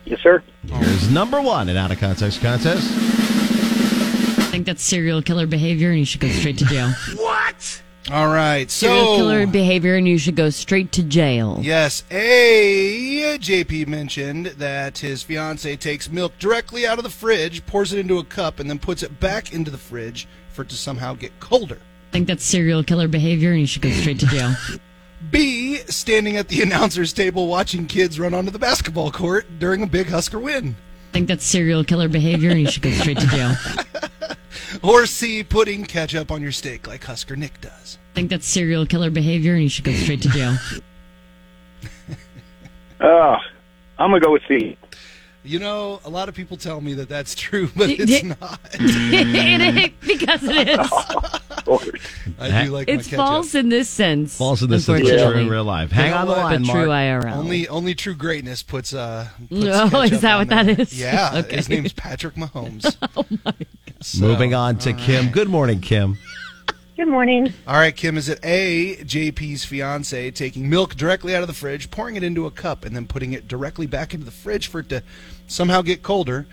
[SPEAKER 2] Yes, sir.
[SPEAKER 8] Here's number one in out of context contest.
[SPEAKER 4] I think that's serial killer behavior and you should go straight to jail.
[SPEAKER 9] All right.
[SPEAKER 4] serial
[SPEAKER 9] So.
[SPEAKER 4] killer behavior and you should go straight to jail.
[SPEAKER 9] Yes, a JP mentioned that his fiance takes milk directly out of the fridge, pours it into a cup, and then puts it back into the fridge for it to somehow get colder.
[SPEAKER 4] I think that's serial killer behavior and you should go straight to jail.
[SPEAKER 9] B standing at the announcer's table watching kids run onto the basketball court during a big Husker win.
[SPEAKER 4] I think that's serial killer behavior and you should go straight to jail.
[SPEAKER 9] Or C putting ketchup on your steak like Husker Nick does.
[SPEAKER 4] I think that's serial killer behavior and you should go straight to jail.
[SPEAKER 2] Uh, I'm going to go with C.
[SPEAKER 9] You know, a lot of people tell me that that's true, but
[SPEAKER 4] D-
[SPEAKER 9] it's
[SPEAKER 4] d-
[SPEAKER 9] not.
[SPEAKER 4] it is because it is.
[SPEAKER 9] I do like my
[SPEAKER 4] It's
[SPEAKER 9] ketchup.
[SPEAKER 4] false in this sense.
[SPEAKER 8] False in this is
[SPEAKER 4] unfortunately.
[SPEAKER 8] true in real life. Hang on the
[SPEAKER 4] But
[SPEAKER 8] line,
[SPEAKER 4] true
[SPEAKER 8] Mark.
[SPEAKER 4] IRL.
[SPEAKER 9] Only only true greatness puts uh puts
[SPEAKER 4] No,
[SPEAKER 9] ketchup
[SPEAKER 4] is that
[SPEAKER 9] on
[SPEAKER 4] what that
[SPEAKER 9] there.
[SPEAKER 4] is?
[SPEAKER 9] Yeah.
[SPEAKER 4] Okay.
[SPEAKER 9] His name's Patrick Mahomes. oh my
[SPEAKER 8] Moving on to Kim. Good morning, Kim.
[SPEAKER 11] Good morning.
[SPEAKER 9] All right, Kim, is it A, JP's fiance taking milk directly out of the fridge, pouring it into a cup, and then putting it directly back into the fridge for it to somehow get colder?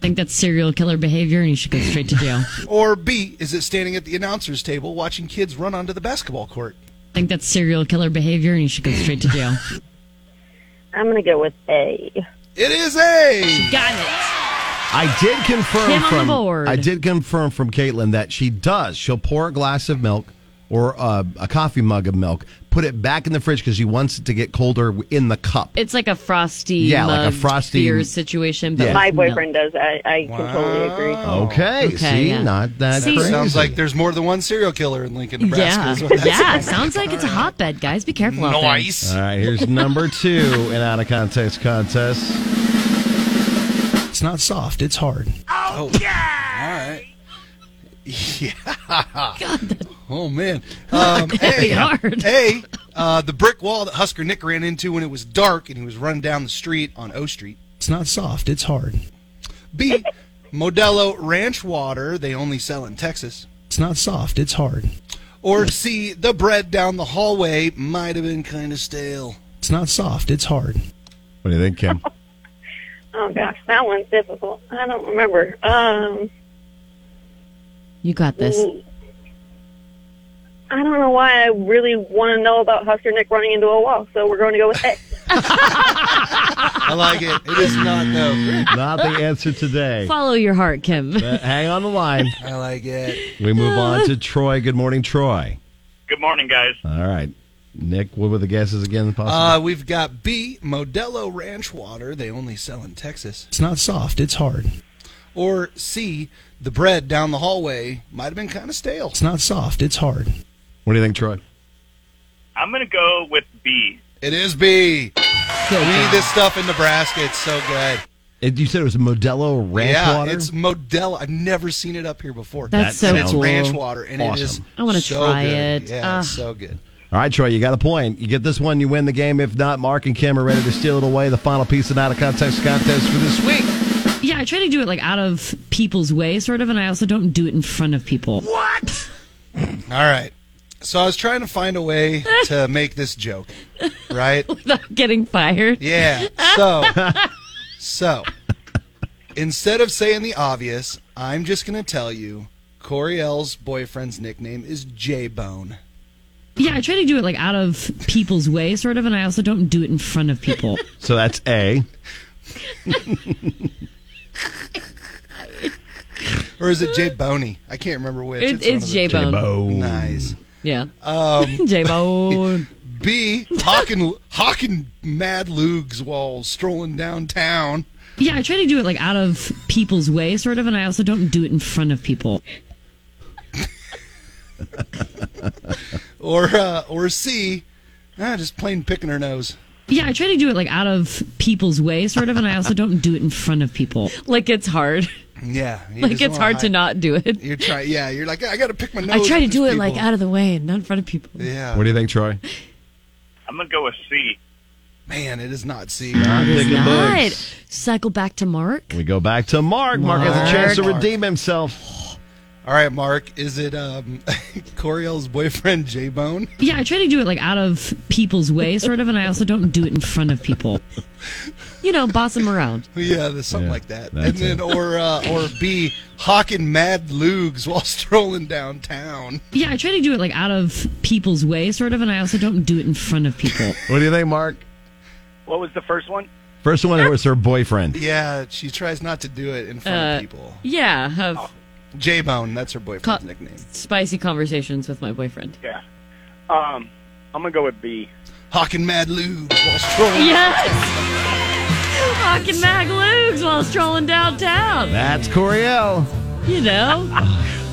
[SPEAKER 4] think that's serial killer behavior and you should go straight to jail.
[SPEAKER 9] Or B, is it standing at the announcer's table watching kids run onto the basketball court?
[SPEAKER 4] I think that's serial killer behavior and you should go straight to jail.
[SPEAKER 11] I'm going to go with A.
[SPEAKER 9] It is A.
[SPEAKER 4] Got it.
[SPEAKER 8] I did confirm
[SPEAKER 4] Kim on the
[SPEAKER 8] from
[SPEAKER 4] board.
[SPEAKER 8] I did confirm from Caitlin that she does. She'll pour a glass of milk or a, a coffee mug of milk, put it back in the fridge because she wants it to get colder in the cup.
[SPEAKER 4] It's like a frosty,
[SPEAKER 8] Yeah, like a
[SPEAKER 4] mugged
[SPEAKER 8] frosty-
[SPEAKER 4] beer situation. But
[SPEAKER 8] Yeah.
[SPEAKER 11] My
[SPEAKER 4] with milk.
[SPEAKER 11] boyfriend does. I, I can totally agree.
[SPEAKER 8] Okay,
[SPEAKER 4] Okay,
[SPEAKER 8] see,
[SPEAKER 4] yeah.
[SPEAKER 8] not that
[SPEAKER 4] See?
[SPEAKER 8] crazy.
[SPEAKER 9] Sounds like there's more than one serial killer in Lincoln,
[SPEAKER 4] Yeah,
[SPEAKER 9] Nebraska. is what that
[SPEAKER 4] yeah.
[SPEAKER 9] sounds
[SPEAKER 4] Sounds like it's a hotbed, guys. Be careful out there.
[SPEAKER 5] Nice.
[SPEAKER 8] All right, here's number two in out of context contest.
[SPEAKER 9] like. It's not soft. It's hard. Oh, yeah. All right. Yeah. oh man. Um,
[SPEAKER 4] Very
[SPEAKER 9] a,
[SPEAKER 4] hard.
[SPEAKER 9] A, uh, the brick wall that Husker Nick ran into when it was dark and he was running down the street on O Street. It's not soft. It's hard. B, Modelo Ranch water they only sell in Texas. It's not soft. It's hard. Or C, the bread down the hallway might have been kind of stale. It's not soft. It's hard.
[SPEAKER 8] What do you think, Kim?
[SPEAKER 11] Oh, gosh. That one's difficult. I don't remember. Um,
[SPEAKER 4] You got this.
[SPEAKER 11] I don't know why I really want to know about Husker Nick running into a wall, so we're going to go with A.
[SPEAKER 9] I like it. It is not though.
[SPEAKER 8] not the answer today.
[SPEAKER 4] Follow your heart, Kim.
[SPEAKER 8] Uh, hang on the line.
[SPEAKER 9] I like it.
[SPEAKER 8] We move on to Troy. Good morning, Troy.
[SPEAKER 2] Good morning, guys.
[SPEAKER 8] All right, Nick. What were the guesses again? Possible.
[SPEAKER 9] Uh, we've got B, Modelo Ranch water they only sell in Texas. It's not soft. It's hard. Or C, the bread down the hallway might have been kind of stale. It's not soft. It's hard.
[SPEAKER 8] what do you think, Troy?
[SPEAKER 2] I'm going to go with B.
[SPEAKER 9] It is B.
[SPEAKER 4] Good
[SPEAKER 9] We need
[SPEAKER 4] job.
[SPEAKER 9] this stuff in Nebraska. It's so good.
[SPEAKER 8] It, you said it was Modelo ranch
[SPEAKER 9] yeah,
[SPEAKER 8] water.
[SPEAKER 9] it's Modelo. I've never seen it up here before.
[SPEAKER 4] That's so
[SPEAKER 8] That
[SPEAKER 9] and it's
[SPEAKER 4] cool.
[SPEAKER 9] ranch water, and it is.
[SPEAKER 8] Awesome.
[SPEAKER 4] I wanna
[SPEAKER 9] so
[SPEAKER 4] try
[SPEAKER 9] good.
[SPEAKER 4] it. Ah.
[SPEAKER 9] Yeah, it's
[SPEAKER 4] Ugh.
[SPEAKER 9] so good.
[SPEAKER 8] All right, Troy, you got a point. You get this one, you win the game. If not, Mark and Kim are ready to steal it away. The final piece of out of context contest for this week.
[SPEAKER 4] Yeah, I try to do it like out of people's way, sort of, and I also don't do it in front of people.
[SPEAKER 9] All right. So I was trying to find a way to make this joke, right?
[SPEAKER 4] Without getting fired.
[SPEAKER 9] Yeah. So, so instead of saying the obvious, I'm just going to tell you Coriel's boyfriend's nickname is J Bone.
[SPEAKER 4] Yeah, I try to do it like out of people's way, sort of, and I also don't do it in front of people.
[SPEAKER 8] So that's A.
[SPEAKER 9] Or is it J Boney? I can't remember which. one of
[SPEAKER 4] It-
[SPEAKER 9] Um,
[SPEAKER 4] it's
[SPEAKER 9] the-
[SPEAKER 4] J Bone.
[SPEAKER 8] Bo.
[SPEAKER 9] Nice.
[SPEAKER 4] Yeah. J Bone.
[SPEAKER 9] B. Hawking, Hawking Mad Lugs while strolling downtown.
[SPEAKER 4] Yeah, I try to do it like out of people's way, sort of, and I also don't do it in front of people.
[SPEAKER 9] Or, uh, or C. Ah, just plain picking her nose.
[SPEAKER 4] Yeah, I try to do it like out of people's way, sort of, and I also don't do it in front of people. Like it's hard.
[SPEAKER 9] Yeah. you
[SPEAKER 4] Like
[SPEAKER 9] just
[SPEAKER 4] it's
[SPEAKER 9] wanna
[SPEAKER 4] hard to
[SPEAKER 9] hide-
[SPEAKER 4] not do it.
[SPEAKER 9] You're trying. Yeah. You're like I got to pick my nose.
[SPEAKER 4] I try to
[SPEAKER 9] with
[SPEAKER 4] do
[SPEAKER 9] these
[SPEAKER 4] it like
[SPEAKER 9] people."
[SPEAKER 4] out of the way and not in front of people.
[SPEAKER 9] Yeah.
[SPEAKER 8] What do you think, Troy?
[SPEAKER 2] I'm going to go with C.
[SPEAKER 9] Man, it is not C.
[SPEAKER 8] I'm thinking
[SPEAKER 4] Not.
[SPEAKER 8] Bugs.
[SPEAKER 4] Cycle back to Mark.
[SPEAKER 8] We go back to Mark. Mark, has a chance to
[SPEAKER 9] Mark.
[SPEAKER 8] redeem himself.
[SPEAKER 9] All right, Mark. Is it um, Coriel's boyfriend J Bone?
[SPEAKER 4] Yeah, I try to do it like out of people's way, sort of, and I also don't do it in front of people. You know, boss them around.
[SPEAKER 9] yeah, there's something
[SPEAKER 8] Yeah,
[SPEAKER 9] like that.
[SPEAKER 8] that's
[SPEAKER 9] And then
[SPEAKER 8] it.
[SPEAKER 9] or uh, or B hawking mad lugs while strolling downtown.
[SPEAKER 4] Yeah, I try to do it like out of people's way, sort of, and I also don't do it in front of people.
[SPEAKER 8] What do you think, Mark?
[SPEAKER 2] What was the first one?
[SPEAKER 8] First one was her boyfriend.
[SPEAKER 9] Yeah, she tries not to do it in front
[SPEAKER 4] Uh,
[SPEAKER 9] of people.
[SPEAKER 4] Yeah, have
[SPEAKER 9] J Bone, that's her boyfriend's
[SPEAKER 4] Co-
[SPEAKER 9] nickname.
[SPEAKER 4] spicy conversations with my boyfriend.
[SPEAKER 2] Yeah. Um, I'm going to go with B.
[SPEAKER 9] Hawking mad lugs while strolling.
[SPEAKER 4] Yes! Fucking Mac Luke's while strolling downtown.
[SPEAKER 8] That's Coriel.
[SPEAKER 4] You know?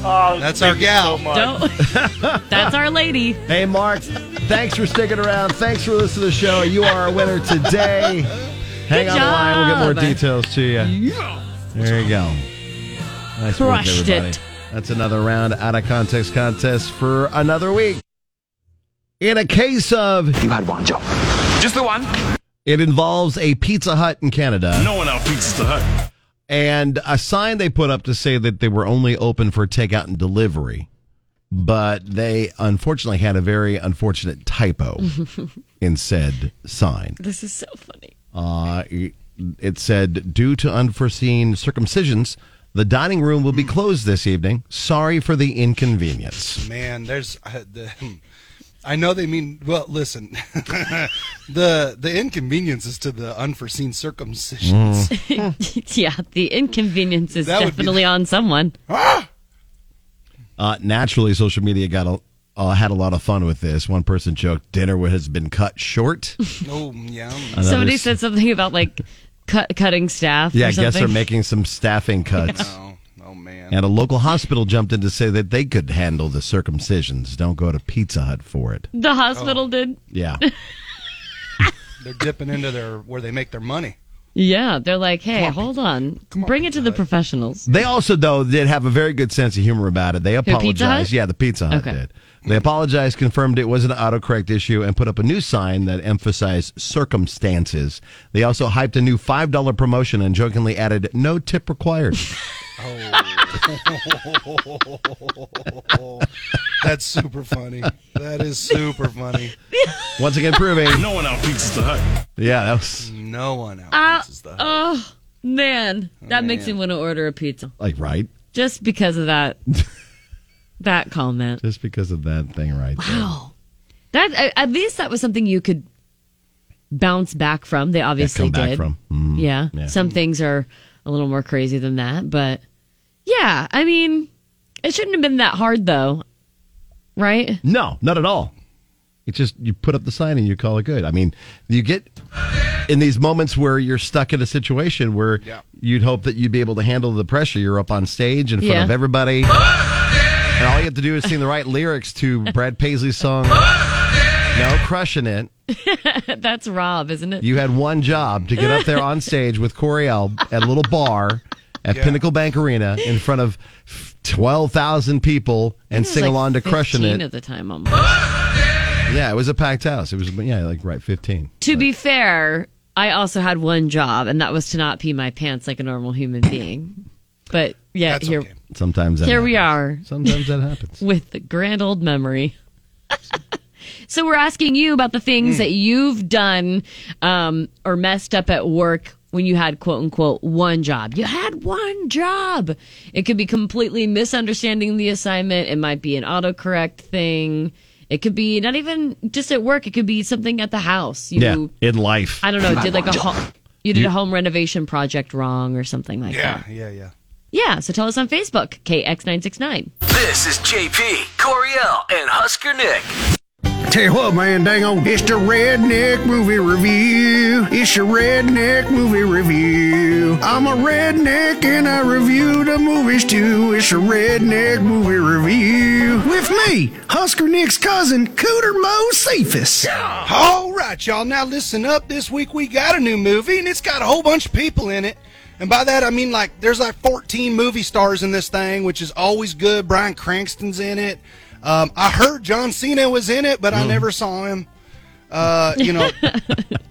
[SPEAKER 2] Oh,
[SPEAKER 9] That's our gal.
[SPEAKER 4] Don't. That's our lady.
[SPEAKER 8] Hey, Mark, thanks for sticking around. Thanks for listening to the show. You are a winner today. Hang
[SPEAKER 4] Good
[SPEAKER 8] on the line. We'll get more
[SPEAKER 4] job.
[SPEAKER 8] details to you. There you go. Nice
[SPEAKER 4] Crushed
[SPEAKER 8] work, everybody.
[SPEAKER 4] it.
[SPEAKER 8] That's another round out of context contest for another week. In a case of,
[SPEAKER 5] Just the one.
[SPEAKER 8] it involves a Pizza Hut in Canada
[SPEAKER 5] No one outbeats the hut.
[SPEAKER 8] and a sign they put up to say that they were only open for takeout and delivery, but they unfortunately had a very unfortunate typo in said sign.
[SPEAKER 4] This is so funny.
[SPEAKER 8] Uh, it said, due to unforeseen circumcisions, the dining room will be closed this evening. Sorry for the inconvenience.
[SPEAKER 9] Man, there's uh, the. I know they mean well. Listen, the the inconveniences to the unforeseen circumcisions.
[SPEAKER 4] yeah, the inconvenience is
[SPEAKER 9] That would be
[SPEAKER 4] definitely on someone.
[SPEAKER 8] Uh, naturally, social media got a, uh, had a lot of fun with this. One person joked, "Dinner has been cut short."
[SPEAKER 9] oh yeah.
[SPEAKER 8] Another
[SPEAKER 4] Somebody
[SPEAKER 8] s-
[SPEAKER 4] said something about like cut, cutting staff.
[SPEAKER 8] Yeah,
[SPEAKER 4] or
[SPEAKER 8] I guess they're
[SPEAKER 4] something.
[SPEAKER 8] making some staffing cuts.
[SPEAKER 9] Oh man.
[SPEAKER 8] And a local hospital jumped in to say that they could handle the circumcisions. Don't go to Pizza Hut for it.
[SPEAKER 4] The hospital did.
[SPEAKER 8] Yeah.
[SPEAKER 9] They're dipping into their where they make their money.
[SPEAKER 4] Yeah, they're like, hey, hold on, bring it to the professionals.
[SPEAKER 8] They also, though, did have a very good sense of humor about it. They
[SPEAKER 4] Pizza Hut?
[SPEAKER 8] apologized. Yeah, the Pizza Hut
[SPEAKER 4] Okay.
[SPEAKER 8] did. They apologized, confirmed it was an autocorrect issue, and put up a new sign that emphasized circumstances. They also hyped a new $5 promotion and jokingly added, no tip required.
[SPEAKER 9] That's super funny. That is super funny.
[SPEAKER 8] Once again, proving.
[SPEAKER 9] No one outbeats the hut.
[SPEAKER 8] Yeah, that was
[SPEAKER 9] No one out.
[SPEAKER 4] Uh, oh man, that makes me
[SPEAKER 9] man.
[SPEAKER 4] want to order a pizza
[SPEAKER 8] like right
[SPEAKER 4] just because of that. that comment.
[SPEAKER 8] Just because of that thing right there.
[SPEAKER 4] Wow. That a- at least that was something you could bounce back from. They obviously
[SPEAKER 8] come back
[SPEAKER 4] did.
[SPEAKER 8] from. Mhm.
[SPEAKER 4] Yeah.
[SPEAKER 8] Yeah.
[SPEAKER 4] Some things are a little more crazy than that, but yeah, I mean, it shouldn't have been that hard though. Right?
[SPEAKER 8] No, not at all. It's just you put up the sign and you call it good. I mean, you get in these moments where you're stuck in a situation where
[SPEAKER 9] Yeah.
[SPEAKER 8] you'd hope that you'd be able to handle the pressure. You're up on stage in front
[SPEAKER 4] Yeah.
[SPEAKER 8] of everybody. And all you have to do is sing the right lyrics to Brad Paisley's song, No Crushing It.
[SPEAKER 4] That's Rob, isn't it?
[SPEAKER 8] You had one job to get up there on stage with Coriel at a little bar at Pinnacle Bank Arena in front of 12,000 people and
[SPEAKER 4] It was
[SPEAKER 8] sing
[SPEAKER 4] like
[SPEAKER 8] along to Crushing
[SPEAKER 4] 15
[SPEAKER 8] It.
[SPEAKER 4] at the time almost.
[SPEAKER 8] Yeah, it was a packed house. It was yeah, like right fifteen.
[SPEAKER 4] to be fair, I also had one job and that was to not pee my pants like a normal human being. But yeah, here
[SPEAKER 8] Sometimes that
[SPEAKER 4] Here we are.
[SPEAKER 8] Sometimes that happens.
[SPEAKER 4] With the grand old memory. so we're asking you about the things that you've done um, or messed up at work when you had quote unquote one job. You had one job. It could be completely misunderstanding the assignment. It might be an autocorrect thing. It could be not even just at work. It could be something at the house. You,
[SPEAKER 8] yeah, in life.
[SPEAKER 4] I don't know, did like a home, you did
[SPEAKER 8] You-
[SPEAKER 4] a home renovation project wrong or something like
[SPEAKER 9] Yeah,
[SPEAKER 4] that.
[SPEAKER 9] yeah, yeah.
[SPEAKER 4] Yeah. So tell us on Facebook, KX969.
[SPEAKER 3] This is JP, Coriel, and Husker Nick.
[SPEAKER 6] Tell you what, man, dang on. It's the Redneck Movie Review. It's your Redneck Movie Review. I'm a redneck and I review the movies too. It's your Redneck Movie Review. With me, Husker Nick's cousin, Cooter Mo Cephas.
[SPEAKER 9] All right, y'all. Now listen up. This week we got a new movie, and it's got a whole bunch of people in it. And by that I mean like there's like 14 movie stars in this thing, which is always good. Brian Cranston's in it. Um, I heard John Cena was in it, but
[SPEAKER 4] Mm-hmm.
[SPEAKER 9] I never saw him. Uh, you know, that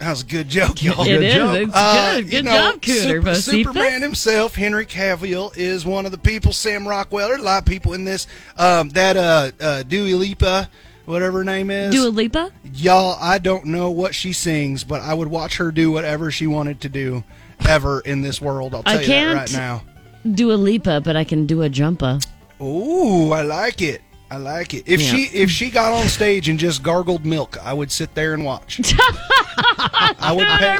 [SPEAKER 9] was a good joke, y'all.
[SPEAKER 4] It Good is. joke. It's good.
[SPEAKER 9] Uh, you
[SPEAKER 4] Good job, Cooter
[SPEAKER 9] Super-
[SPEAKER 4] Vasipas.
[SPEAKER 9] Superman himself, Henry Cavill, is one of the people. Sam Rockwell. There's a lot of people in this. Um, that uh, uh, Dua Lipa, whatever her name is.
[SPEAKER 4] Dua Lipa?
[SPEAKER 9] Y'all, I don't know what she sings, but I would watch her do whatever she wanted to do ever in this world. I'll tell
[SPEAKER 4] I
[SPEAKER 9] you
[SPEAKER 4] can't
[SPEAKER 9] that right now.
[SPEAKER 4] do a Lipa, but I can do a Jumpa.
[SPEAKER 9] Ooh, I like it. I like it. If
[SPEAKER 4] Yeah.
[SPEAKER 9] she if she got on stage and just gargled milk, I would sit there and watch. I would pay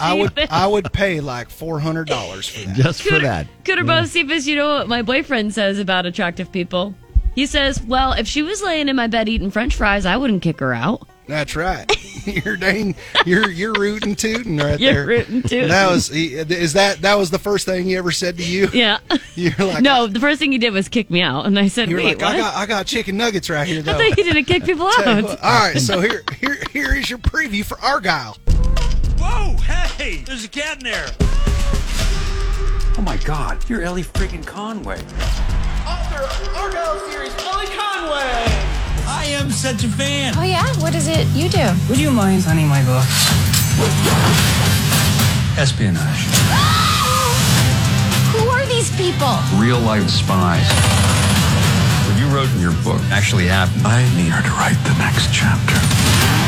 [SPEAKER 9] I would I would pay like four hundred dollars for that. Mm.
[SPEAKER 8] Just for that.
[SPEAKER 4] Cooterbo Cephas, you know what my boyfriend says about attractive people? He says, well, if she was laying in my bed eating french fries, I wouldn't kick her out.
[SPEAKER 9] That's right. You're dang. You're you're rooting tooting right
[SPEAKER 4] You're
[SPEAKER 9] there.
[SPEAKER 4] rooting, tooting.
[SPEAKER 9] That was is that that was the first thing he ever said to you?
[SPEAKER 4] Yeah.
[SPEAKER 9] You're like
[SPEAKER 4] no, the first thing he did was kick me out. And I said,
[SPEAKER 9] You're
[SPEAKER 4] wait,
[SPEAKER 9] like I
[SPEAKER 4] what?
[SPEAKER 9] got I got chicken nuggets right here though.
[SPEAKER 4] I thought you didn't kick people
[SPEAKER 9] Tell you what,
[SPEAKER 4] out.
[SPEAKER 9] all right, so here here here is your preview for Argyle.
[SPEAKER 12] Whoa, hey! There's a cat in there! Oh my god, you're Ellie freaking Conway.
[SPEAKER 5] Author of Argyle series, Ellie Conway.
[SPEAKER 12] I am such a fan!
[SPEAKER 13] Oh yeah, what is it you do?
[SPEAKER 12] Would you mind signing my book? Espionage.
[SPEAKER 13] Who are these people?
[SPEAKER 12] Real life spies. What you wrote in your book actually happened. I need her to write the next chapter.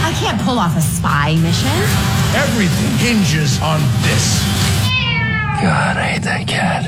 [SPEAKER 13] I can't pull off a spy mission.
[SPEAKER 5] Everything hinges on this. God, I hate that cat.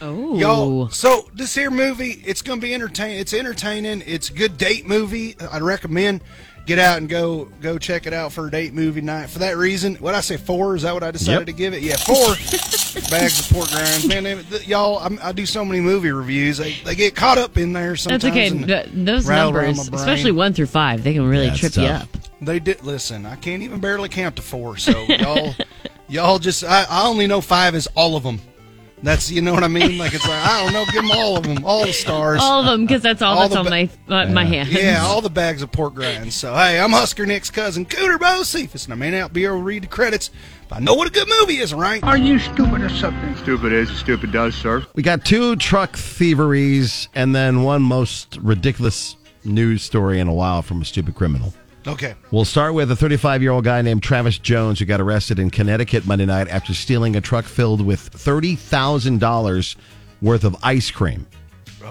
[SPEAKER 4] Oh.
[SPEAKER 9] Yo, so this here movie, it's gonna be entertaining. It's entertaining. It's a good date movie. I'd recommend get out and go go check it out for a date movie night. For that reason, what I say four is that what I decided
[SPEAKER 14] Yep.
[SPEAKER 9] to give it? Yeah, four bags of pork rinds. Man, they- th- y'all, I'm, I do so many movie reviews. They, they get caught up in there sometimes.
[SPEAKER 4] That's okay.
[SPEAKER 9] and
[SPEAKER 4] Th- Those
[SPEAKER 9] rattle around
[SPEAKER 4] numbers,
[SPEAKER 9] my brain.
[SPEAKER 4] especially one through five, they can really
[SPEAKER 9] Yeah, it's
[SPEAKER 4] trip you
[SPEAKER 9] tough.
[SPEAKER 4] up.
[SPEAKER 9] They did. Listen, I can't even barely count to four. So y'all, y'all just I, I only know five is all of them. That's you know what I mean. Like it's like I don't know. Give them all of them, all the stars,
[SPEAKER 4] All of them, because that's all,
[SPEAKER 9] All
[SPEAKER 4] that's
[SPEAKER 9] the
[SPEAKER 4] on
[SPEAKER 9] ba-
[SPEAKER 4] my uh, my hands.
[SPEAKER 9] Yeah, all the bags of pork rinds. So hey, I'm Husker Nick's cousin, Cooter Bo Cephas, and I may not be able to read the credits, but I know what a good movie is, right? Are you stupid or something?
[SPEAKER 15] Stupid is as stupid does, sir.
[SPEAKER 8] We got two truck thieveries and then one most ridiculous news story in a while from a stupid criminal.
[SPEAKER 9] Okay.
[SPEAKER 8] We'll start with a 35 year old guy named Travis Jones who got arrested in Connecticut Monday night after stealing a truck filled with $30,000 worth of ice cream.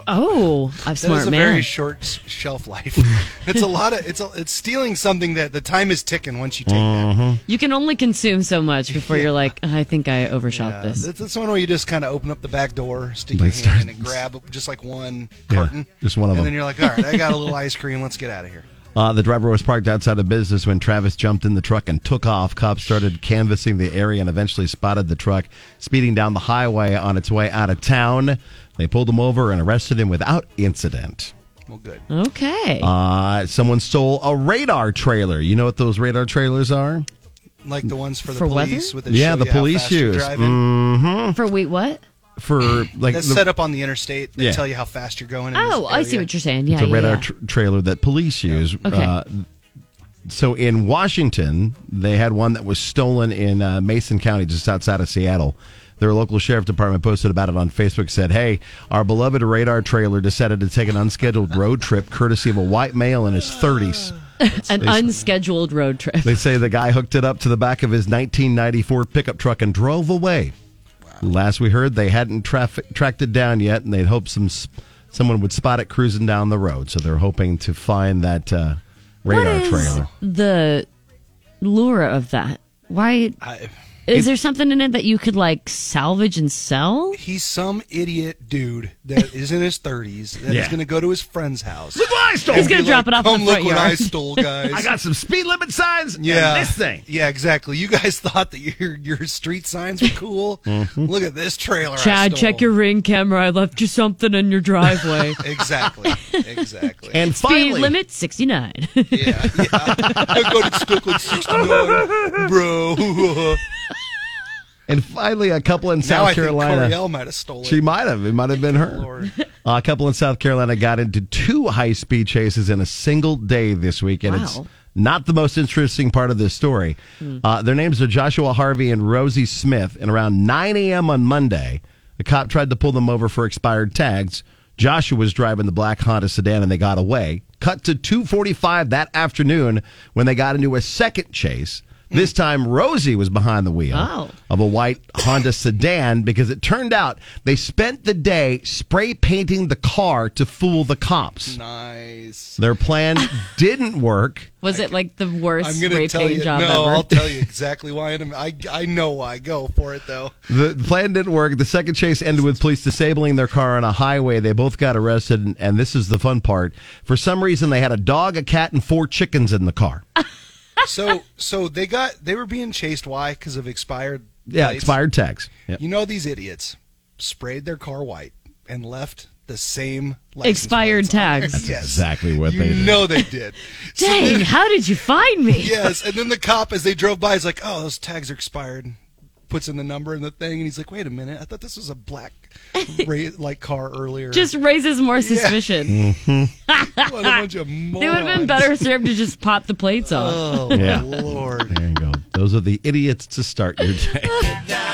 [SPEAKER 4] Oh,
[SPEAKER 9] That
[SPEAKER 4] I'm
[SPEAKER 9] is
[SPEAKER 4] smart
[SPEAKER 9] a
[SPEAKER 4] man.
[SPEAKER 9] very short s- shelf life. it's a lot of it's a, it's stealing something that the time is ticking once you take
[SPEAKER 8] Mhm.
[SPEAKER 4] you can only consume so much before you're like, "Oh, I think I overshot
[SPEAKER 9] Yeah,
[SPEAKER 4] this.
[SPEAKER 9] That's, that's one where you just kind of open up the back door, stick your
[SPEAKER 8] Like
[SPEAKER 9] hand
[SPEAKER 8] start-
[SPEAKER 9] in and grab just like one
[SPEAKER 8] Yeah,
[SPEAKER 9] carton.
[SPEAKER 8] just one of
[SPEAKER 9] and
[SPEAKER 8] them.
[SPEAKER 9] then you're like, all right, I got a little ice cream. Let's get out of here.
[SPEAKER 8] Uh, the driver was parked outside a business when Travis jumped in the truck and took off. Cops started canvassing the area and eventually spotted the truck speeding down the highway on its way out of town. They pulled him over and arrested him without incident.
[SPEAKER 9] Well, good.
[SPEAKER 4] Okay.
[SPEAKER 8] Uh, someone stole a radar trailer. You know what those radar trailers are?
[SPEAKER 9] Like the ones for the
[SPEAKER 4] For weather?
[SPEAKER 9] police with the
[SPEAKER 8] yeah,
[SPEAKER 9] show
[SPEAKER 8] the
[SPEAKER 9] you how
[SPEAKER 8] police
[SPEAKER 9] fast you're
[SPEAKER 8] use.
[SPEAKER 9] driving.
[SPEAKER 8] hmm
[SPEAKER 4] For wait, what?
[SPEAKER 8] For like
[SPEAKER 9] That's
[SPEAKER 8] the-
[SPEAKER 9] set up on the interstate. They
[SPEAKER 8] Yeah.
[SPEAKER 9] tell you how fast you're going. in
[SPEAKER 4] Oh,
[SPEAKER 9] this
[SPEAKER 4] I see
[SPEAKER 9] area.
[SPEAKER 4] what you're saying. Yeah,
[SPEAKER 8] it's a
[SPEAKER 4] yeah,
[SPEAKER 8] radar
[SPEAKER 4] yeah.
[SPEAKER 8] tr- trailer that police use. uh,
[SPEAKER 4] Okay.
[SPEAKER 8] so in Washington, they had one that was stolen in uh, Mason County, just outside of Seattle. Their local sheriff department posted about it on Facebook. Said, "Hey, our beloved radar trailer decided to take an unscheduled road trip, courtesy of a white male in his 30s."
[SPEAKER 4] An unscheduled road trip.
[SPEAKER 8] They say the guy hooked it up to the back of his 1994 pickup truck and drove away. Last we heard, they hadn't traf- tracked it down yet, and they'd hoped some s- someone would spot it cruising down the road. So they're hoping to find that uh, radar
[SPEAKER 4] what is
[SPEAKER 8] trailer.
[SPEAKER 4] the lure of that? Why is there something in it that you could like salvage and sell?
[SPEAKER 9] He's some idiot dude that is in his 30s that is
[SPEAKER 4] Yeah.
[SPEAKER 9] going to go to his friend's house.
[SPEAKER 4] Look what I stole! He's gonna
[SPEAKER 9] And be
[SPEAKER 4] drop it off in
[SPEAKER 9] Come
[SPEAKER 4] the
[SPEAKER 9] look
[SPEAKER 4] front
[SPEAKER 9] what
[SPEAKER 4] yard."
[SPEAKER 9] I stole, guys.
[SPEAKER 8] I got some speed limit signs.
[SPEAKER 9] Yeah,
[SPEAKER 8] and this thing.
[SPEAKER 9] Yeah, exactly. You guys thought that your your street signs were cool.
[SPEAKER 8] Mm-hmm.
[SPEAKER 9] Look at this trailer. I
[SPEAKER 4] Chad,
[SPEAKER 9] stole.
[SPEAKER 4] check your ring camera. I left you something in your driveway.
[SPEAKER 9] exactly. Exactly.
[SPEAKER 8] And
[SPEAKER 4] Speed
[SPEAKER 8] finally-
[SPEAKER 4] limit sixty nine.
[SPEAKER 9] I got it stuck on 69, bro.
[SPEAKER 8] And finally, a couple in
[SPEAKER 9] now
[SPEAKER 8] South
[SPEAKER 9] I
[SPEAKER 8] Carolina.
[SPEAKER 9] think Coriel might have stolen.
[SPEAKER 8] She might have. It might have been her. Uh, a couple in South Carolina got into two high speed chases in a single day this week, and it's
[SPEAKER 4] Wow.
[SPEAKER 8] not the most interesting part of this story.
[SPEAKER 4] Hmm.
[SPEAKER 8] Uh, their names are Joshua Harvey and Rosie Smith, and around 9 a.m. on Monday, a cop tried to pull them over for expired tags. Joshua was driving the black Honda sedan, and they got away. Cut to 2:45 that afternoon when they got into a second chase. This time, Rosie was behind the wheel
[SPEAKER 4] Hmm. Oh.
[SPEAKER 8] of a white Honda sedan because it turned out they spent the day spray painting the car to fool the cops.
[SPEAKER 9] Nice.
[SPEAKER 8] Their plan didn't work.
[SPEAKER 4] Was it like the worst
[SPEAKER 9] I'm
[SPEAKER 4] spray
[SPEAKER 9] gonna tell
[SPEAKER 4] paint
[SPEAKER 9] you.
[SPEAKER 4] job
[SPEAKER 9] no,
[SPEAKER 4] ever?
[SPEAKER 9] I'll tell you exactly why. in a- I I know why. Go for it though.
[SPEAKER 8] The plan didn't work. The second chase ended with police disabling their car on a highway. They both got arrested, and, and this is the fun part. For some reason, they had a dog, a cat, and four chickens in the car.
[SPEAKER 9] So so they got they were being chased. Why? Because of expired.
[SPEAKER 8] Yeah,
[SPEAKER 9] plates.
[SPEAKER 8] expired tags. Yeah.
[SPEAKER 9] You know these idiots sprayed their car white and left the same license
[SPEAKER 4] Expired
[SPEAKER 9] plates on there.
[SPEAKER 4] tags. That's
[SPEAKER 9] yes.
[SPEAKER 8] Exactly what they did.
[SPEAKER 9] No, they did.
[SPEAKER 4] Dang, how did you find me?
[SPEAKER 9] yes, and then the cop, as they drove by, is like, "Oh, those tags are expired." Puts in the number and the thing, and he's like, "Wait a minute, I thought this was a black, ra- like car earlier."
[SPEAKER 4] Just raises more suspicion.
[SPEAKER 9] what a bunch of
[SPEAKER 4] They would have been better served to just pop the plates off.
[SPEAKER 8] Lord. There you go. Those are the idiots to start your day.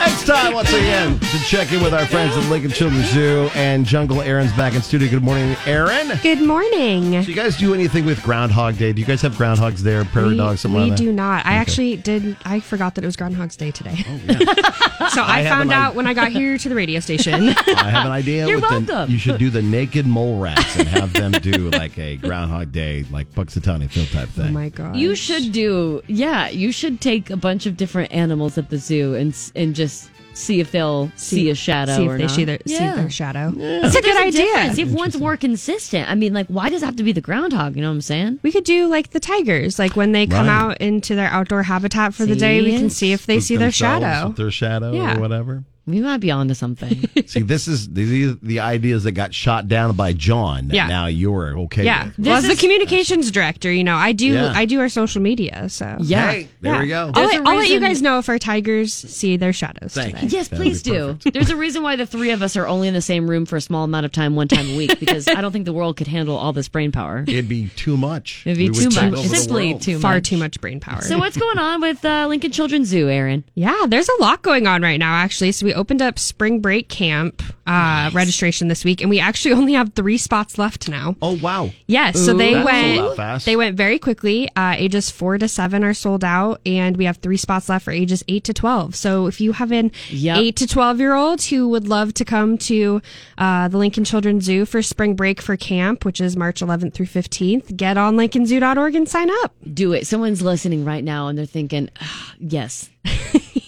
[SPEAKER 8] It's time once again to check in with our friends at Lincoln Children's Zoo and Jungle Aaron's back in studio. Good morning, Aaron.
[SPEAKER 14] Good morning.
[SPEAKER 8] Do you guys do anything with Groundhog Day? Do you guys have groundhogs there, prairie
[SPEAKER 14] we,
[SPEAKER 8] dogs, something
[SPEAKER 14] we
[SPEAKER 8] like that?
[SPEAKER 14] do not.
[SPEAKER 8] Okay.
[SPEAKER 14] I
[SPEAKER 8] Oh,
[SPEAKER 14] actually did. I forgot that it was Groundhog's Day today. so
[SPEAKER 8] I
[SPEAKER 14] I,
[SPEAKER 8] have
[SPEAKER 14] found
[SPEAKER 8] an
[SPEAKER 14] out
[SPEAKER 8] idea.
[SPEAKER 14] when I got here to the radio station.
[SPEAKER 8] I have an idea.
[SPEAKER 14] You're
[SPEAKER 8] with the-
[SPEAKER 14] welcome.
[SPEAKER 8] you should do the naked mole rats and have them do like a Groundhog Day, like Puxatawny Phil type thing. Oh my
[SPEAKER 14] god!
[SPEAKER 4] You should do, yeah. You should take a bunch of different animals at the zoo and s- and just see if they'll see, a shadow.
[SPEAKER 14] See if
[SPEAKER 4] or
[SPEAKER 14] they
[SPEAKER 4] not.
[SPEAKER 14] see their,
[SPEAKER 4] Yeah.
[SPEAKER 14] see their shadow.
[SPEAKER 4] But
[SPEAKER 14] That's a good
[SPEAKER 4] there's
[SPEAKER 14] idea.
[SPEAKER 4] difference If one's more consistent, I mean, like, why does it have to be the groundhog? You know what I'm saying?
[SPEAKER 14] We could do like the tigers, like when they come
[SPEAKER 4] Right.
[SPEAKER 14] out into their outdoor habitat for the day, we can see if they
[SPEAKER 8] Spook
[SPEAKER 14] see their
[SPEAKER 8] themselves
[SPEAKER 14] shadow.
[SPEAKER 8] with Their shadow
[SPEAKER 14] Yeah.
[SPEAKER 8] or whatever.
[SPEAKER 4] We might be onto something.
[SPEAKER 8] See, this is these are the ideas that got shot down by John. That
[SPEAKER 14] Yeah.
[SPEAKER 8] Now you're okay.
[SPEAKER 14] yeah,
[SPEAKER 8] with.
[SPEAKER 14] well, as the communications director, you know, I do,
[SPEAKER 8] Yeah.
[SPEAKER 14] I do our social media, so
[SPEAKER 8] Yeah. Hey, there we go.
[SPEAKER 14] I'll,
[SPEAKER 8] There's
[SPEAKER 14] let-
[SPEAKER 8] a
[SPEAKER 14] I'll let you
[SPEAKER 8] reason-
[SPEAKER 14] guys know if our tigers see their shadows. today.
[SPEAKER 4] Yes, please do. There's a reason why the three of us are only in the same room for a small amount of time, one time a week, because I don't think the world could handle all this brain power.
[SPEAKER 8] It'd be too much.
[SPEAKER 4] It'd be
[SPEAKER 8] We would
[SPEAKER 4] too
[SPEAKER 8] take
[SPEAKER 4] much.
[SPEAKER 8] over the
[SPEAKER 4] It's Simply
[SPEAKER 8] world.
[SPEAKER 4] too
[SPEAKER 14] Far
[SPEAKER 4] much.
[SPEAKER 14] too much brain power.
[SPEAKER 4] So what's going on with uh, Lincoln Children's Zoo, Aaron?
[SPEAKER 14] Yeah, there's a lot going on right now, actually. So we opened up spring break camp uh, registration this week, and we actually only have three spots left now.
[SPEAKER 8] Oh wow!
[SPEAKER 14] Yes, so
[SPEAKER 8] Ooh.
[SPEAKER 14] they
[SPEAKER 8] That sold out
[SPEAKER 14] went.
[SPEAKER 8] fast.
[SPEAKER 14] They went very quickly. Uh, ages four to seven are sold out, and we have three spots left for ages eight to twelve. So if you have an
[SPEAKER 4] Yep.
[SPEAKER 14] eight to twelve year old who would love to come to uh, the Lincoln Children's Zoo for spring break for camp, which is March 11th through 15th, get on LincolnZoo.org and sign up.
[SPEAKER 4] Do it. Someone's listening right now and they're thinking, "Ah, yes.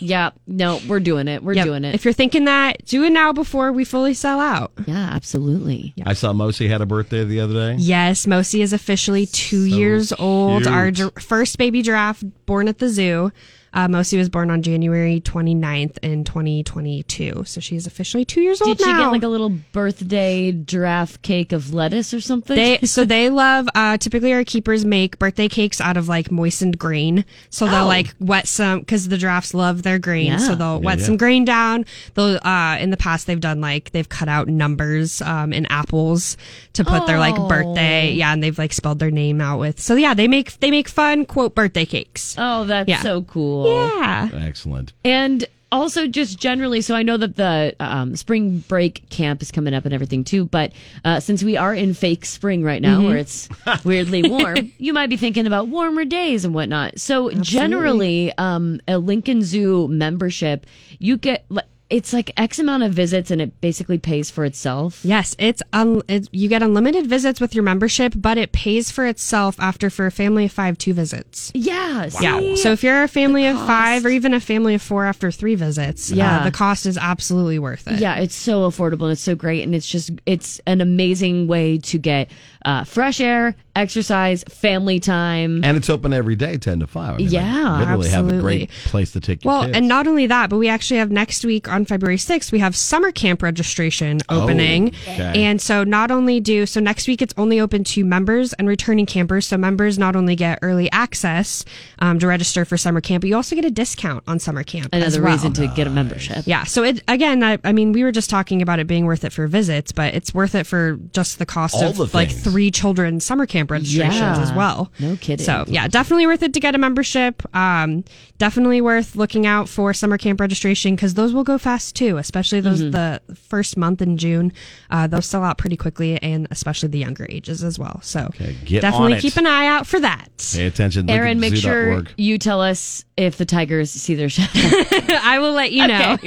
[SPEAKER 4] yeah, no, we're doing it. We're
[SPEAKER 14] Yep.
[SPEAKER 4] doing it.
[SPEAKER 14] If you're thinking that, do it now before we fully sell out.
[SPEAKER 4] Yeah, absolutely.
[SPEAKER 8] I saw Mosi had a birthday the other day.
[SPEAKER 14] Yes, Mosi is officially two years old. Our gi- first baby giraffe born at the zoo. Uh, Mosi was born on January 29th in 2022. So she's officially two years old
[SPEAKER 4] Did she
[SPEAKER 14] now.
[SPEAKER 4] get like a little birthday giraffe cake of lettuce or something?
[SPEAKER 14] They so they love uh typically our keepers make birthday cakes out of like moistened grain. So they'll
[SPEAKER 4] Oh.
[SPEAKER 14] like wet some cuz the giraffes love their grain.
[SPEAKER 4] Yeah.
[SPEAKER 14] So they'll
[SPEAKER 4] Yeah,
[SPEAKER 14] wet
[SPEAKER 4] yeah.
[SPEAKER 14] some grain down. They'll uh in the past they've done like they've cut out numbers um in apples to put their like birthday.
[SPEAKER 4] Oh.
[SPEAKER 14] Yeah, and they've like spelled their name out with. So yeah, they make they make fun quote birthday cakes.
[SPEAKER 4] Oh, that's
[SPEAKER 14] Yeah.
[SPEAKER 4] so cool.
[SPEAKER 14] Yeah.
[SPEAKER 8] Excellent.
[SPEAKER 4] And also, just generally, so I know that the um, spring break camp is coming up and everything too, but uh, since we are in fake spring right now
[SPEAKER 14] Mhm.
[SPEAKER 4] where it's weirdly warm, you might be thinking about warmer days and whatnot. So, generally, um, a Lincoln Zoo membership, you get. li- It's like X amount of visits and it basically pays for itself.
[SPEAKER 14] Yes, it's un- it, you get unlimited visits with your membership, but it pays for itself after for a family of 5 two visits.
[SPEAKER 4] Yeah.
[SPEAKER 14] Yeah.
[SPEAKER 4] see?
[SPEAKER 14] So if you're a family of five or even a family of four after three visits, yeah,
[SPEAKER 4] Yeah.
[SPEAKER 14] the cost is absolutely worth it.
[SPEAKER 4] Yeah, it's so affordable and it's so great. And it's just, it's an amazing way to get uh, fresh air, exercise, family time.
[SPEAKER 8] And it's open every day, ten to five. I mean, they
[SPEAKER 4] Yeah,
[SPEAKER 8] literally have a
[SPEAKER 14] absolutely.
[SPEAKER 8] great place to take your
[SPEAKER 14] Well,
[SPEAKER 8] kids.
[SPEAKER 14] and not only that, but we actually have next week on February 6th, we have summer camp registration
[SPEAKER 8] Oh,
[SPEAKER 14] opening.
[SPEAKER 8] okay.
[SPEAKER 14] And so not only do, so next week it's only open to members and returning campers. So members not only get early access um, to register for summer camp, but you also get a discount on summer camp. as
[SPEAKER 4] Another
[SPEAKER 14] well.
[SPEAKER 4] reason to get a membership.
[SPEAKER 14] Yeah. So it again, I, I mean, we were just talking about it being worth it for visits, but it's worth it for just the cost
[SPEAKER 4] All
[SPEAKER 14] of
[SPEAKER 4] the
[SPEAKER 14] like
[SPEAKER 4] things.
[SPEAKER 14] three children summer camp registrations
[SPEAKER 4] Yeah.
[SPEAKER 14] as well.
[SPEAKER 4] No kidding.
[SPEAKER 14] So yeah, definitely worth it to get a membership. Um, definitely worth looking out for summer camp registration because those will go fast too, especially those
[SPEAKER 4] Mhm.
[SPEAKER 14] the first month in June. Uh, those sell out pretty quickly, and especially the younger ages as well. So
[SPEAKER 8] get on
[SPEAKER 14] definitely
[SPEAKER 8] it.
[SPEAKER 14] keep an eye out for that.
[SPEAKER 8] Pay attention.
[SPEAKER 4] Aaron, make sure
[SPEAKER 8] lincolnzoo.org.
[SPEAKER 4] you tell us if the Tigers see their shadow.
[SPEAKER 14] I will let you know.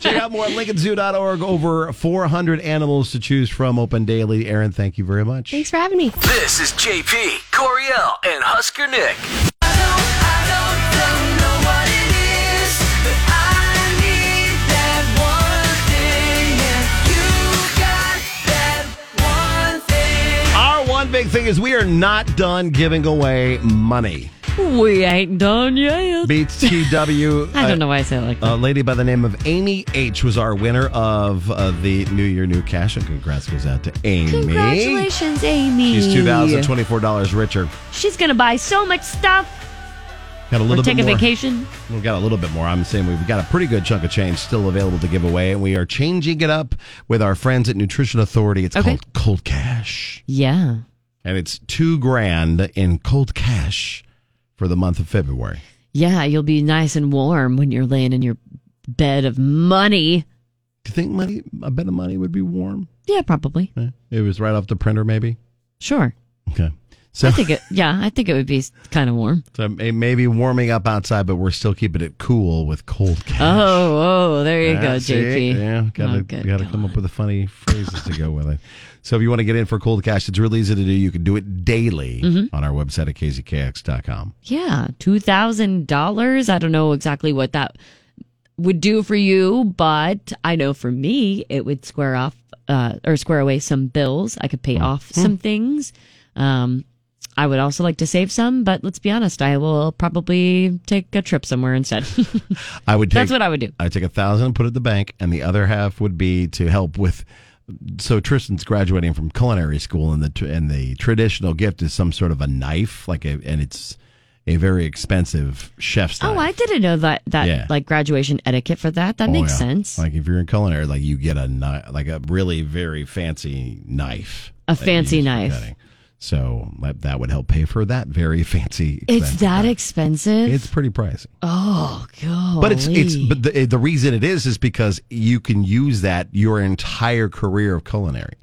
[SPEAKER 8] Check out more at LincolnZoo.org. Over 400 animals to choose from, open daily. Aaron, thank you very much.
[SPEAKER 14] Thanks for having me.
[SPEAKER 3] This is JP, Coriel, and Husker Nick.
[SPEAKER 8] Our one big thing is we are not done giving away money.
[SPEAKER 4] we ain't done yet.
[SPEAKER 8] Beats TW.
[SPEAKER 4] I don't know why I say it like that.
[SPEAKER 8] A lady by the name of Amy H was our winner of uh, the New Year New Cash. And congrats goes out to Amy.
[SPEAKER 4] Congratulations, Amy.
[SPEAKER 8] uh, She's $2,024 richer.
[SPEAKER 4] She's going to buy so much stuff
[SPEAKER 8] Got a
[SPEAKER 4] or
[SPEAKER 8] little
[SPEAKER 4] take
[SPEAKER 8] bit
[SPEAKER 4] a
[SPEAKER 8] more.
[SPEAKER 4] vacation.
[SPEAKER 8] We've got a little bit more. I'm saying we've got a pretty good chunk of change still available to give away, and we are changing it up with our friends at Nutrition Authority. It's called Cold Cash.
[SPEAKER 4] Yeah.
[SPEAKER 8] And it's two grand in cold cash for the month of February.
[SPEAKER 4] Yeah, you'll be nice and warm when you're laying in your bed of money.
[SPEAKER 8] Do you think money a bed of money would be warm? Eh?
[SPEAKER 4] Yeah, probably.
[SPEAKER 8] It was right off the printer, maybe.
[SPEAKER 4] Sure.
[SPEAKER 8] Okay. So
[SPEAKER 4] I think it. Yeah, I think it would be kind of warm.
[SPEAKER 8] So it may be warming up outside, but we're still keeping it cool with cold cash.
[SPEAKER 4] Oh, oh, there you go,
[SPEAKER 8] That's
[SPEAKER 4] JP.
[SPEAKER 8] it. Yeah, gotta
[SPEAKER 4] Oh, good
[SPEAKER 8] gotta come up with the funny phrases to go with it. So if you want to get in for cold cash, it's really easy to do. You can do it daily
[SPEAKER 4] Mhm.
[SPEAKER 8] on our website at kzkx.com.
[SPEAKER 4] Yeah, two thousand dollars. I don't know exactly what that would do for you, but I know for me, it would square off uh, or square away some bills. I could pay off
[SPEAKER 8] Mm-hmm.
[SPEAKER 4] some things. Um, I would also like to save some, but let's be honest, I will probably take a trip somewhere instead.
[SPEAKER 8] I would. Take,
[SPEAKER 4] That's what I would do.
[SPEAKER 8] I take a thousand and put it in the bank, and the other half would be to help with. So Tristan's graduating from culinary school, and the tr- and the traditional gift is some sort of a knife, like a, and it's a very expensive chef's.
[SPEAKER 4] oh,
[SPEAKER 8] knife.
[SPEAKER 4] I didn't know that that
[SPEAKER 8] Yeah.
[SPEAKER 4] like graduation etiquette for that. That
[SPEAKER 8] Oh,
[SPEAKER 4] makes
[SPEAKER 8] yeah.
[SPEAKER 4] sense.
[SPEAKER 8] Like if you're in culinary, like you get a knife, like a really very fancy knife,
[SPEAKER 4] A
[SPEAKER 8] that you
[SPEAKER 4] fancy
[SPEAKER 8] use for
[SPEAKER 4] knife.
[SPEAKER 8] cutting. So that, that would help pay for that very fancy.
[SPEAKER 4] It's
[SPEAKER 8] expensive
[SPEAKER 4] that
[SPEAKER 8] knife.
[SPEAKER 4] expensive.
[SPEAKER 8] It's pretty pricey.
[SPEAKER 4] oh god.
[SPEAKER 8] But it's it's but the, eh, the reason it is is because you can use that your entire career of culinary.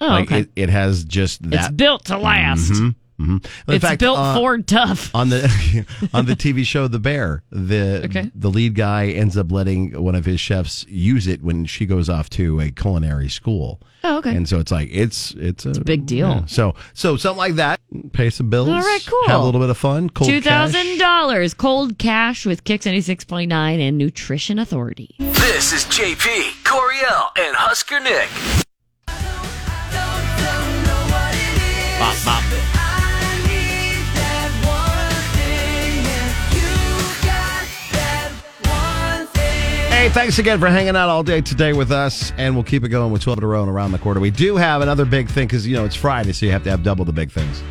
[SPEAKER 4] Oh,
[SPEAKER 8] like
[SPEAKER 4] okay.
[SPEAKER 8] it, it has just that
[SPEAKER 4] built to last.
[SPEAKER 8] Mhm, mhm. In
[SPEAKER 4] It's
[SPEAKER 8] fact,
[SPEAKER 4] built
[SPEAKER 8] uh,
[SPEAKER 4] for tough.
[SPEAKER 8] on the on the TV show The Bear. The
[SPEAKER 4] Okay.
[SPEAKER 8] the lead guy ends up letting one of his chefs use it when she goes off to a culinary school.
[SPEAKER 4] Oh, okay.
[SPEAKER 8] And so it's like it's it's a,
[SPEAKER 4] big deal.
[SPEAKER 8] yeah. So so something like that. Pay some bills.
[SPEAKER 4] All right, cool.
[SPEAKER 8] Have a little bit of fun. Cold
[SPEAKER 4] Two
[SPEAKER 8] cash.
[SPEAKER 4] thousand dollars cold cash with Kix ninety six point nine and Nutrition Authority.
[SPEAKER 3] This is JP, Coriel, and Husker Nick.
[SPEAKER 8] Bop, bop. Hey, thanks again for hanging out all day today with us, and we'll keep it going with 12 in a row and around the quarter. We do have another big thing because, you know, it's Friday, so you have to have double the big things.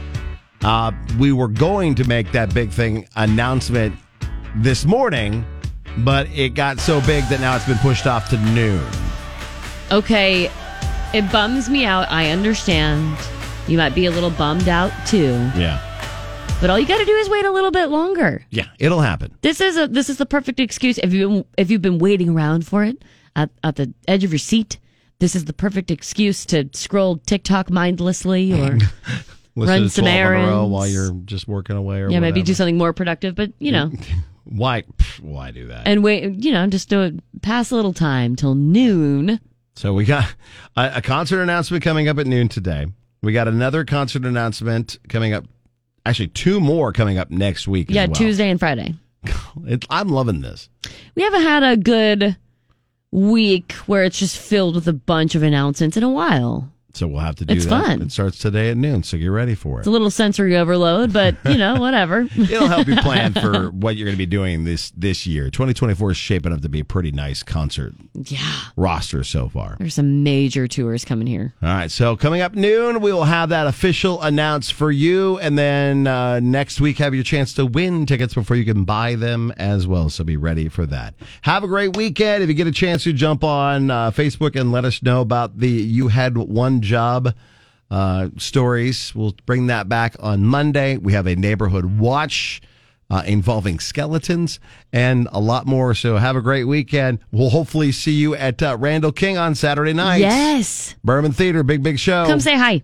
[SPEAKER 8] Uh, we were going to make that big thing announcement this morning, but it got so big that now it's been pushed off to noon.
[SPEAKER 4] Okay, it bums me out. I understand. You might be a little bummed out too,
[SPEAKER 8] Yeah.
[SPEAKER 4] but all you got to do is wait a little bit longer.
[SPEAKER 8] Yeah, it'll happen.
[SPEAKER 4] This is a this is the perfect excuse if you have if you've been waiting around for it at, at the edge of your seat. This is the perfect excuse to scroll TikTok mindlessly or run some errands.
[SPEAKER 8] while you're just working away or
[SPEAKER 4] yeah, maybe do something more productive. But you know,
[SPEAKER 8] Why, pff, why do that?
[SPEAKER 4] and wait, you know, just do it. Pass a little time till noon.
[SPEAKER 8] So we got a, a concert announcement coming up at noon today. We got another concert announcement coming up. Actually, two more coming up next week. as
[SPEAKER 4] Yeah,
[SPEAKER 8] well.
[SPEAKER 4] Tuesday and Friday.
[SPEAKER 8] It, I'm loving this.
[SPEAKER 4] We haven't had a good week where it's just filled with a bunch of announcements in a while.
[SPEAKER 8] So we'll have to do
[SPEAKER 4] It's
[SPEAKER 8] that.
[SPEAKER 4] fun.
[SPEAKER 8] It starts today at noon. So get ready for it.
[SPEAKER 4] It's a little sensory overload, but you know, whatever.
[SPEAKER 8] It'll help you plan for what you're going to be doing this this year. 2024 is shaping up to be a pretty nice concert
[SPEAKER 4] yeah.
[SPEAKER 8] roster so far.
[SPEAKER 4] There's some major tours coming here.
[SPEAKER 8] All right. So coming up noon, we will have that official announced for you. And then uh, next week, have your chance to win tickets before you can buy them as well. So be ready for that. Have a great weekend. If you get a chance to jump on uh, Facebook and let us know about the You Had One Job uh, stories, we'll bring that back on Monday. We have a neighborhood watch. Uh, involving skeletons and a lot more. So have a great weekend. We'll hopefully see you at uh, Randall King on Saturday night.
[SPEAKER 4] Yes.
[SPEAKER 8] Berman Theater, big, big show.
[SPEAKER 4] Come say hi.